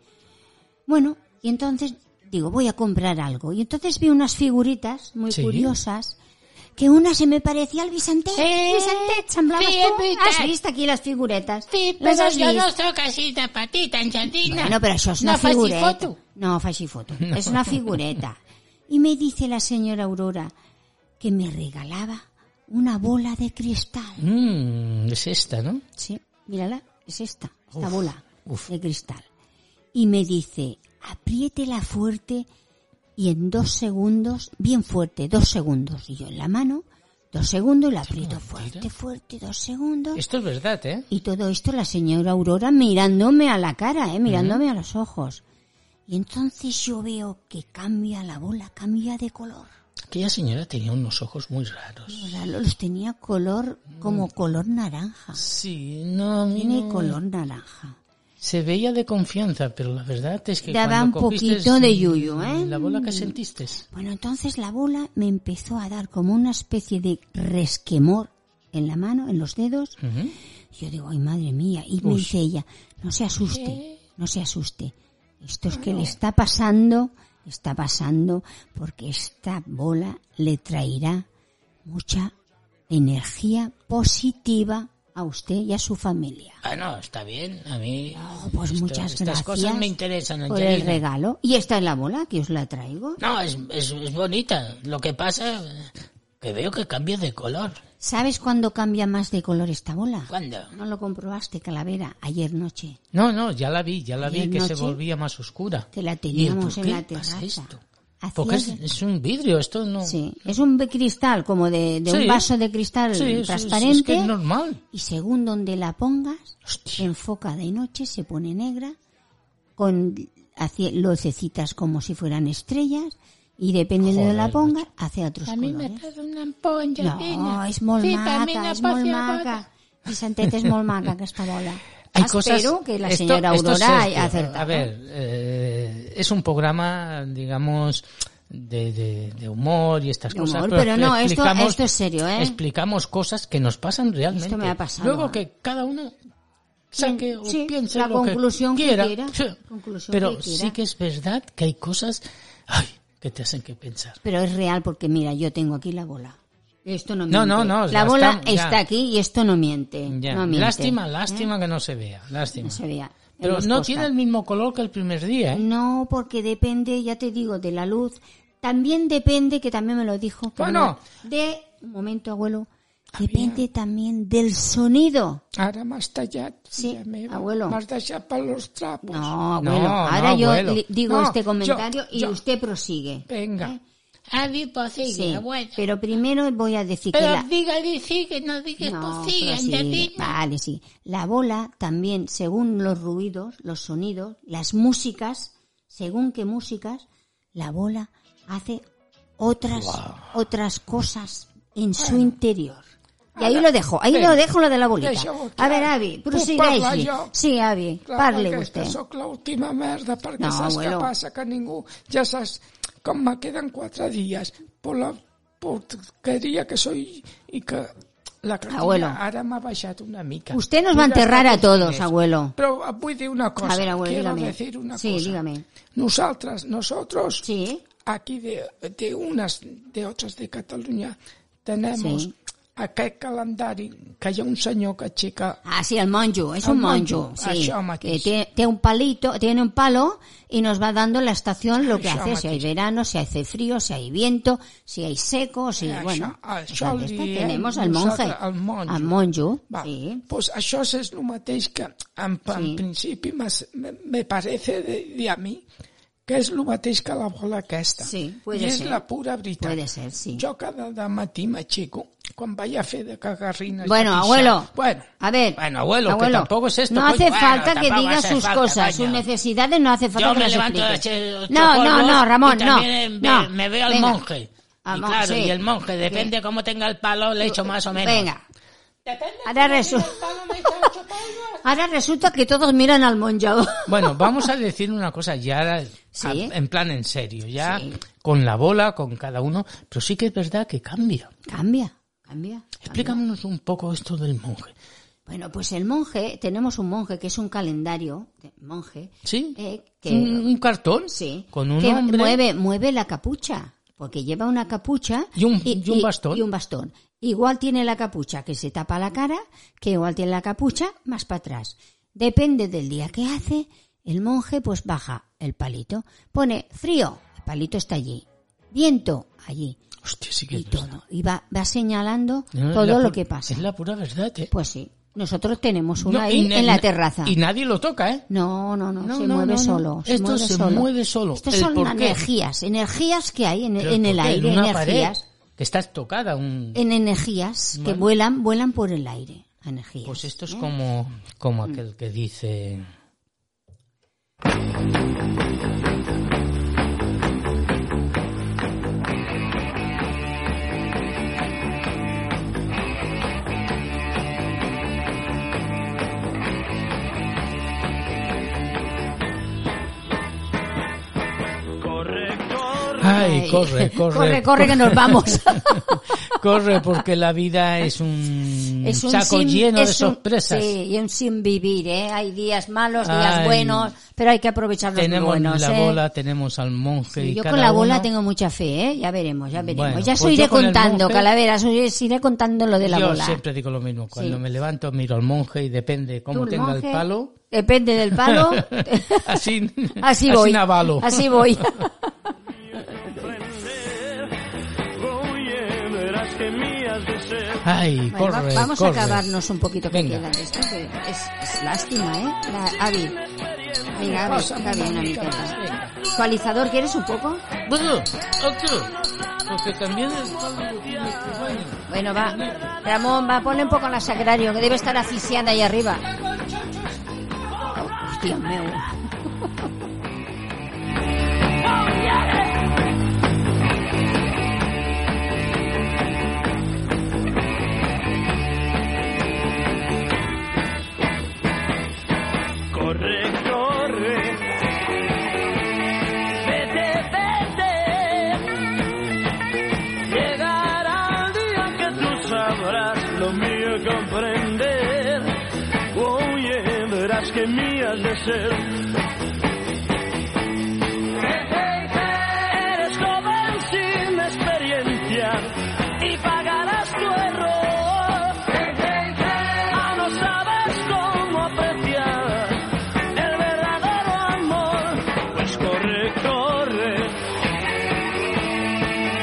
[SPEAKER 2] Bueno, y entonces digo, voy a comprar algo. Y entonces vi unas figuritas muy
[SPEAKER 1] Sí.
[SPEAKER 2] curiosas, que una se me parecía al Vicente.
[SPEAKER 3] Eh,
[SPEAKER 2] Vicente, chamblabas tú.
[SPEAKER 3] figuritas.
[SPEAKER 2] Has visto aquí las figuretas.
[SPEAKER 3] Sí,
[SPEAKER 2] Las
[SPEAKER 3] pero
[SPEAKER 2] has
[SPEAKER 3] yo
[SPEAKER 2] visto.
[SPEAKER 3] no soc així de petita, Angelina.
[SPEAKER 2] Bueno, pero això és una
[SPEAKER 3] no facis
[SPEAKER 2] figureta.
[SPEAKER 3] foto.
[SPEAKER 2] No
[SPEAKER 1] [laughs]
[SPEAKER 2] faci foto. Es una figureta. Y me dice la señora Aurora que me regalaba una bola de cristal.
[SPEAKER 1] Mm, es esta, ¿no?
[SPEAKER 2] Sí, mírala, es esta, esta
[SPEAKER 1] Uf,
[SPEAKER 2] bola
[SPEAKER 1] uf.
[SPEAKER 2] de cristal. Y me dice, apriétela fuerte y en dos segundos, bien fuerte, dos segundos. Y yo en la mano, dos segundos, y la aprieto fuerte, fuerte, dos segundos.
[SPEAKER 1] Esto es verdad, ¿eh?
[SPEAKER 2] Y todo esto la señora Aurora mirándome a la cara, ¿eh? mirándome a los ojos. Y entonces yo veo que cambia la bola, cambia de color.
[SPEAKER 1] Aquella señora tenía unos ojos muy raros.
[SPEAKER 2] O sea, los tenía color como color naranja.
[SPEAKER 1] Mm. Sí, no, a mí
[SPEAKER 2] Tiene
[SPEAKER 1] no-
[SPEAKER 2] color naranja.
[SPEAKER 1] Se veía de confianza, pero la verdad es que
[SPEAKER 2] Daba
[SPEAKER 1] cuando
[SPEAKER 2] un
[SPEAKER 1] cogiste
[SPEAKER 2] poquito de yuyu, ¿eh?
[SPEAKER 1] La bola que sentiste.
[SPEAKER 2] Bueno, entonces la bola me empezó a dar como una especie de resquemor en la mano, en los dedos.
[SPEAKER 1] Ujú.
[SPEAKER 2] Yo digo, ay madre mía, y me
[SPEAKER 1] Uy.
[SPEAKER 2] dice ella, no se asuste, no se asuste. Esto es que le está pasando, le está pasando, porque esta bola le traerá mucha energía positiva a usted y a su familia.
[SPEAKER 1] Ah, no, está bien. A mí...
[SPEAKER 2] Oh, pues
[SPEAKER 1] esto-
[SPEAKER 2] muchas
[SPEAKER 1] Estas
[SPEAKER 2] gracias
[SPEAKER 1] cosas me interesan,
[SPEAKER 2] por el
[SPEAKER 1] Angelina.
[SPEAKER 2] regalo. Y esta es la bola que os la traigo.
[SPEAKER 1] No, es, es, es bonita. Lo que pasa que veo que cambia de color.
[SPEAKER 2] ¿Sabes cuándo cambia más de color esta bola?
[SPEAKER 1] ¿Cuándo?
[SPEAKER 2] No lo comprobaste, calavera, ayer noche.
[SPEAKER 1] No, no, ya la vi, ya la vi
[SPEAKER 2] ¿Y
[SPEAKER 1] que se
[SPEAKER 2] noche?
[SPEAKER 1] volvía más oscura.
[SPEAKER 2] Te la
[SPEAKER 1] ¿Y el por
[SPEAKER 2] teníamos en
[SPEAKER 1] qué
[SPEAKER 2] la
[SPEAKER 1] pasa
[SPEAKER 2] terraza.
[SPEAKER 1] esto?
[SPEAKER 2] Hacía
[SPEAKER 1] Porque es,
[SPEAKER 2] ya-
[SPEAKER 1] es un vidrio, esto no...
[SPEAKER 2] Sí, es un be- cristal, como de, de
[SPEAKER 1] Sí.
[SPEAKER 2] un vaso de cristal
[SPEAKER 1] Sí, sí, sí,
[SPEAKER 2] transparente.
[SPEAKER 1] Es, que es normal.
[SPEAKER 2] Y según donde la pongas,
[SPEAKER 1] Hostia.
[SPEAKER 2] enfoca de noche, se pone negra, con hace lucecitas como si fueran estrellas, y depende de donde la
[SPEAKER 1] Joder,
[SPEAKER 2] pongas, hace otros
[SPEAKER 3] A mi m'ha
[SPEAKER 2] colores.
[SPEAKER 3] fet una por, Angelina.
[SPEAKER 2] No, és molt
[SPEAKER 3] sí, per mi
[SPEAKER 2] maca,
[SPEAKER 3] una
[SPEAKER 2] és
[SPEAKER 3] por
[SPEAKER 2] molt
[SPEAKER 3] fiabota.
[SPEAKER 2] maca. Vicentet, és molt maca aquesta bola.
[SPEAKER 1] Hay cosas...
[SPEAKER 2] Ah, Espero que la
[SPEAKER 1] esto-
[SPEAKER 2] señora
[SPEAKER 1] esto es
[SPEAKER 2] Aurora
[SPEAKER 1] serio.
[SPEAKER 2] haya acertado.
[SPEAKER 1] A ver, eh, es un programa, digamos... De, de, de humor y estas
[SPEAKER 2] De
[SPEAKER 1] cosas.
[SPEAKER 2] humor, pero no, esto-
[SPEAKER 1] explicamos-
[SPEAKER 2] esto es serio, ¿eh?
[SPEAKER 1] Explicamos cosas que nos pasan realmente.
[SPEAKER 2] Esto me ha pasado,
[SPEAKER 1] Luego
[SPEAKER 2] ¿eh?
[SPEAKER 1] que cada uno saque o
[SPEAKER 2] Sí,
[SPEAKER 1] piense
[SPEAKER 2] la
[SPEAKER 1] lo
[SPEAKER 2] conclusión que
[SPEAKER 1] quiera.
[SPEAKER 2] quiera,
[SPEAKER 1] Sí.
[SPEAKER 2] conclusión
[SPEAKER 1] Pero
[SPEAKER 2] que quiera.
[SPEAKER 1] sí que es verdad que hay cosas ay, que te hacen que pensar.
[SPEAKER 2] Pero es real porque mira, yo tengo aquí la bola. Esto no miente.
[SPEAKER 1] No, no, no,
[SPEAKER 2] La
[SPEAKER 1] la
[SPEAKER 2] bola
[SPEAKER 1] estamos- ya.
[SPEAKER 2] está aquí y esto no miente.
[SPEAKER 1] Ya.
[SPEAKER 2] No miente. ¿eh?
[SPEAKER 1] lástima, lástima que no se vea, lástima.
[SPEAKER 2] No se vea.
[SPEAKER 1] Pero
[SPEAKER 2] Hemos
[SPEAKER 1] no
[SPEAKER 2] costado.
[SPEAKER 1] tiene el mismo color que el primer día, ¿eh?
[SPEAKER 2] No, porque depende, ya te digo, de la luz. También depende, que también me lo dijo. pero
[SPEAKER 1] Bueno. Ah,
[SPEAKER 2] no, De, un momento, abuelo. Depende también del sonido.
[SPEAKER 4] Ara m'has tallat,
[SPEAKER 2] Sí,
[SPEAKER 4] filla meva.
[SPEAKER 2] abuelo.
[SPEAKER 4] M'has deixat per los trapos.
[SPEAKER 2] No,
[SPEAKER 1] No,
[SPEAKER 2] abuelo.
[SPEAKER 1] no,
[SPEAKER 2] Ahora yo
[SPEAKER 1] abuelo.
[SPEAKER 2] le digo
[SPEAKER 4] No,
[SPEAKER 2] este
[SPEAKER 4] yo-
[SPEAKER 2] comentario y
[SPEAKER 4] yo-
[SPEAKER 2] usted prosigue.
[SPEAKER 4] Vinga.
[SPEAKER 3] Avi, pues sigue,
[SPEAKER 2] Sí,
[SPEAKER 3] abuela.
[SPEAKER 2] pero primero voy a decir que
[SPEAKER 3] Pero
[SPEAKER 2] la,
[SPEAKER 3] diga-li sí, que no digues
[SPEAKER 2] No,
[SPEAKER 3] pues sigue,
[SPEAKER 2] pero sí,
[SPEAKER 3] Angelina.
[SPEAKER 2] Vale, sí. La bola también, según los ruidos, los sonidos, las músicas, según qué músicas, la bola hace otras, otras cosas en su interior. Y ahí lo dejo, ahí lo dejo lo de la bolita.
[SPEAKER 4] Deixa-ho
[SPEAKER 2] A
[SPEAKER 4] clar.
[SPEAKER 2] ver, Avi,
[SPEAKER 4] Puc
[SPEAKER 2] prosigáis.
[SPEAKER 4] parlar jo?
[SPEAKER 2] Sí, Avi,
[SPEAKER 4] Clar,
[SPEAKER 2] parle
[SPEAKER 4] perquè és
[SPEAKER 2] usted.
[SPEAKER 4] que sóc l'última merda, perquè
[SPEAKER 2] No,
[SPEAKER 4] saps
[SPEAKER 2] abuelo.
[SPEAKER 4] què passa? Que ningú... Ja saps com me queden quatre dies per la porqueria que soy i que la cartilla
[SPEAKER 2] Abuelo.
[SPEAKER 4] ara m'ha baixat una mica.
[SPEAKER 2] Usted nos va a
[SPEAKER 4] Mira,
[SPEAKER 2] enterrar a
[SPEAKER 4] escolta,
[SPEAKER 2] todos,
[SPEAKER 4] Inés,
[SPEAKER 2] abuelo.
[SPEAKER 4] Però eh, vull dir una cosa.
[SPEAKER 2] A ver, abuelo,
[SPEAKER 4] Quiero
[SPEAKER 2] dígame.
[SPEAKER 4] decir una
[SPEAKER 2] Sí,
[SPEAKER 4] cosa.
[SPEAKER 2] dígame.
[SPEAKER 4] Nosaltres, nosotros,
[SPEAKER 2] Sí.
[SPEAKER 4] aquí de, de unas, de otras de Cataluña, tenemos
[SPEAKER 2] Sí.
[SPEAKER 4] aquest calendari que hi ha un senyor que aixeca
[SPEAKER 2] Ah, sí, el monjo, es
[SPEAKER 4] El
[SPEAKER 2] un
[SPEAKER 4] monjo,
[SPEAKER 2] monjo,
[SPEAKER 1] Ah,
[SPEAKER 2] sí,
[SPEAKER 4] això mateix.
[SPEAKER 2] que tiene, tiene un palito, tiene un palo y nos va dando la estación lo que
[SPEAKER 4] Això
[SPEAKER 2] hace, si hay
[SPEAKER 4] mateix.
[SPEAKER 2] verano, si hace frío, si hay viento, si hay seco, si
[SPEAKER 4] Això-
[SPEAKER 2] bueno,
[SPEAKER 4] això
[SPEAKER 2] pues
[SPEAKER 4] li
[SPEAKER 2] ya
[SPEAKER 4] diem
[SPEAKER 2] está, tenemos al monje,
[SPEAKER 4] nosaltres, al monjo.
[SPEAKER 2] al monjo,
[SPEAKER 4] Va,
[SPEAKER 2] sí.
[SPEAKER 4] pues això és el mateix que en, en
[SPEAKER 2] Sí.
[SPEAKER 4] principi m'has- me, me parece de, de a mi que és el mateix que la bola aquesta.
[SPEAKER 2] Sí, puede
[SPEAKER 4] I és
[SPEAKER 2] ser.
[SPEAKER 4] la pura veritat.
[SPEAKER 2] Puede ser, sí.
[SPEAKER 4] Jo cada de matí m'aixeco quan vaig a fer de cagarrines.
[SPEAKER 2] Bueno,
[SPEAKER 4] de pixar.
[SPEAKER 2] abuelo.
[SPEAKER 4] Bueno,
[SPEAKER 2] A ver,
[SPEAKER 1] Bueno, abuelo, que tampoco es esto,
[SPEAKER 2] No
[SPEAKER 1] coño.
[SPEAKER 2] hace
[SPEAKER 1] Bueno,
[SPEAKER 2] falta que
[SPEAKER 1] tampoco
[SPEAKER 2] diga
[SPEAKER 1] hace
[SPEAKER 2] sus
[SPEAKER 1] falta,
[SPEAKER 2] cosas, sus
[SPEAKER 1] coño.
[SPEAKER 2] necesidades, no hace falta
[SPEAKER 1] Yo
[SPEAKER 2] que
[SPEAKER 1] me
[SPEAKER 2] las
[SPEAKER 1] levanto eh,
[SPEAKER 2] explique.
[SPEAKER 1] a echar ocho
[SPEAKER 2] No, no,
[SPEAKER 1] polvos
[SPEAKER 2] no, Ramón,
[SPEAKER 1] y
[SPEAKER 2] no.
[SPEAKER 1] también eh, me-
[SPEAKER 2] no.
[SPEAKER 1] me veo al
[SPEAKER 2] Venga.
[SPEAKER 1] monje.
[SPEAKER 2] Ah,
[SPEAKER 1] y
[SPEAKER 2] mo-
[SPEAKER 1] claro,
[SPEAKER 2] sí.
[SPEAKER 1] y el monje, depende cómo tenga el palo, le echo más o menos.
[SPEAKER 2] Venga.
[SPEAKER 3] Depende
[SPEAKER 2] Ahora,
[SPEAKER 3] de
[SPEAKER 2] resu-
[SPEAKER 3] si el palo me está ocho polvos.
[SPEAKER 2] [laughs] Ahora resulta que todos miran al monja.
[SPEAKER 1] Bueno, vamos a decir una cosa ya
[SPEAKER 2] Sí.
[SPEAKER 1] a- en plan en serio, ya
[SPEAKER 2] Sí.
[SPEAKER 1] con la bola, con cada uno, pero sí que es verdad que cambia.
[SPEAKER 2] Cambia, cambia.
[SPEAKER 1] Explícanos un poco esto del monje.
[SPEAKER 2] Bueno, pues el monje, tenemos un monje que es un calendario, de- monje,
[SPEAKER 1] ¿Sí? Mm,
[SPEAKER 2] eh,
[SPEAKER 1] un,
[SPEAKER 2] que,
[SPEAKER 1] un cartón
[SPEAKER 2] sí,
[SPEAKER 1] con un
[SPEAKER 2] que
[SPEAKER 1] hombre.
[SPEAKER 2] mueve, mueve la capucha, porque lleva una capucha
[SPEAKER 1] Y un- y un bastón.
[SPEAKER 2] y un bastón. Igual tiene la capucha que se tapa la cara, que igual tiene la capucha más para atrás. Depende del día que hace, el monje pues baja el palito, pone frío, el palito está allí, viento allí
[SPEAKER 1] Hostia, sí que
[SPEAKER 2] y
[SPEAKER 1] es verdad.
[SPEAKER 2] todo. Y va, va señalando
[SPEAKER 1] No, es la
[SPEAKER 2] todo lo
[SPEAKER 1] pu-
[SPEAKER 2] que pasa.
[SPEAKER 1] Es la pura verdad, ¿eh?
[SPEAKER 2] Pues sí, nosotros tenemos uno
[SPEAKER 1] No, y
[SPEAKER 2] ahí
[SPEAKER 1] na-
[SPEAKER 2] en la
[SPEAKER 1] na-
[SPEAKER 2] terraza.
[SPEAKER 1] Y nadie lo toca, ¿eh?
[SPEAKER 2] No, no, no,
[SPEAKER 1] No,
[SPEAKER 2] se
[SPEAKER 1] no,
[SPEAKER 2] mueve
[SPEAKER 1] no, no.
[SPEAKER 2] solo. Se
[SPEAKER 1] Esto
[SPEAKER 2] mueve
[SPEAKER 1] se
[SPEAKER 2] solo.
[SPEAKER 1] mueve solo.
[SPEAKER 2] Estas
[SPEAKER 1] ¿El
[SPEAKER 2] son
[SPEAKER 1] por qué?
[SPEAKER 2] energías, energías que hay en,
[SPEAKER 1] Pero
[SPEAKER 2] en
[SPEAKER 1] ¿por
[SPEAKER 2] el
[SPEAKER 1] qué?
[SPEAKER 2] aire,
[SPEAKER 1] en una
[SPEAKER 2] energías.
[SPEAKER 1] pared que estás tocada, un...
[SPEAKER 2] En energías que
[SPEAKER 1] Vale.
[SPEAKER 2] vuelan, vuelan por el aire. Energías.
[SPEAKER 1] pues esto es
[SPEAKER 2] ¿eh?
[SPEAKER 1] como, como aquel que dice... Ay,
[SPEAKER 2] Ay. [laughs]
[SPEAKER 1] corre, corre.
[SPEAKER 2] corre, corre, que nos
[SPEAKER 1] [laughs]
[SPEAKER 2] vamos.
[SPEAKER 1] Corre, porque la vida es un,
[SPEAKER 2] es un
[SPEAKER 1] saco
[SPEAKER 2] sin-
[SPEAKER 1] lleno
[SPEAKER 2] es
[SPEAKER 1] de
[SPEAKER 2] un-
[SPEAKER 1] sorpresas.
[SPEAKER 2] sí, y un sin vivir, ¿eh? Hay días malos, días
[SPEAKER 1] Ay.
[SPEAKER 2] buenos, pero hay que aprovechar los
[SPEAKER 1] Tenemos
[SPEAKER 2] buenos,
[SPEAKER 1] la
[SPEAKER 2] ¿eh?
[SPEAKER 1] bola, tenemos al monje. y
[SPEAKER 2] yo
[SPEAKER 1] cada
[SPEAKER 2] con la bola
[SPEAKER 1] uno-
[SPEAKER 2] tengo mucha fe, ¿eh? Ya veremos, ya veremos.
[SPEAKER 1] Bueno,
[SPEAKER 2] ya os
[SPEAKER 1] pues
[SPEAKER 2] iré
[SPEAKER 1] yo con el
[SPEAKER 2] contando,
[SPEAKER 1] monje-
[SPEAKER 2] calaveras, os iré contando lo de la
[SPEAKER 1] Yo
[SPEAKER 2] bola.
[SPEAKER 1] siempre digo lo mismo. Cuando
[SPEAKER 2] Sí.
[SPEAKER 1] me levanto miro al monje y depende
[SPEAKER 2] Tú,
[SPEAKER 1] cómo tenga
[SPEAKER 2] monje,
[SPEAKER 1] el palo.
[SPEAKER 2] Depende del palo.
[SPEAKER 1] [laughs] así,
[SPEAKER 2] así voy.
[SPEAKER 1] navalo. [laughs]
[SPEAKER 2] Así voy.
[SPEAKER 1] Ay,
[SPEAKER 2] Bueno, va-
[SPEAKER 1] corre,
[SPEAKER 2] vamos
[SPEAKER 1] corre.
[SPEAKER 2] a acabarnos un poquito que
[SPEAKER 1] Venga.
[SPEAKER 2] queda de esto, que es, es lástima, ¿eh? La- Avi. Venga, Avi,
[SPEAKER 7] Pásame
[SPEAKER 2] está bien,
[SPEAKER 7] una
[SPEAKER 2] Anita.
[SPEAKER 7] mica más,
[SPEAKER 2] ¿Actualizador quieres un poco?
[SPEAKER 1] Bueno, otro. Porque también es algo que me extraña.
[SPEAKER 2] Bueno, va. Ramón, va, ponle un poco la sagrario, que debe estar asfixiada ahí arriba. Oh, Hostia, meu.
[SPEAKER 8] Corre, corre. Vete, vete. Llegará el día que tú sabrás lo mío comprender. Oye, verás que mía has de ser. Eres joven sin experiencia y pagarás tu error. Ah, no sabes cómo apreciar el verdadero amor. Pues corre, corre.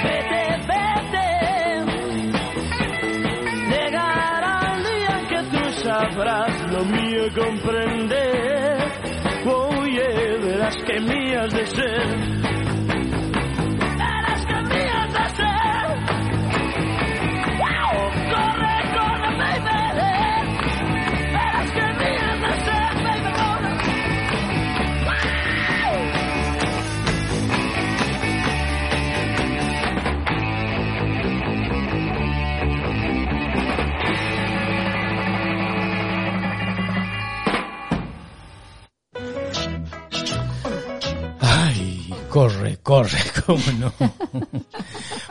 [SPEAKER 8] Vete, vete. Llegará el día que tú sabrás lo mío comprender. Oye, verás que mías de ser. Verás que mías de ser. ¡Wow! Corre, corre, baby. Verás que mías de ser, baby, corre.
[SPEAKER 1] Ay, corre, corre, [laughs] cómo no.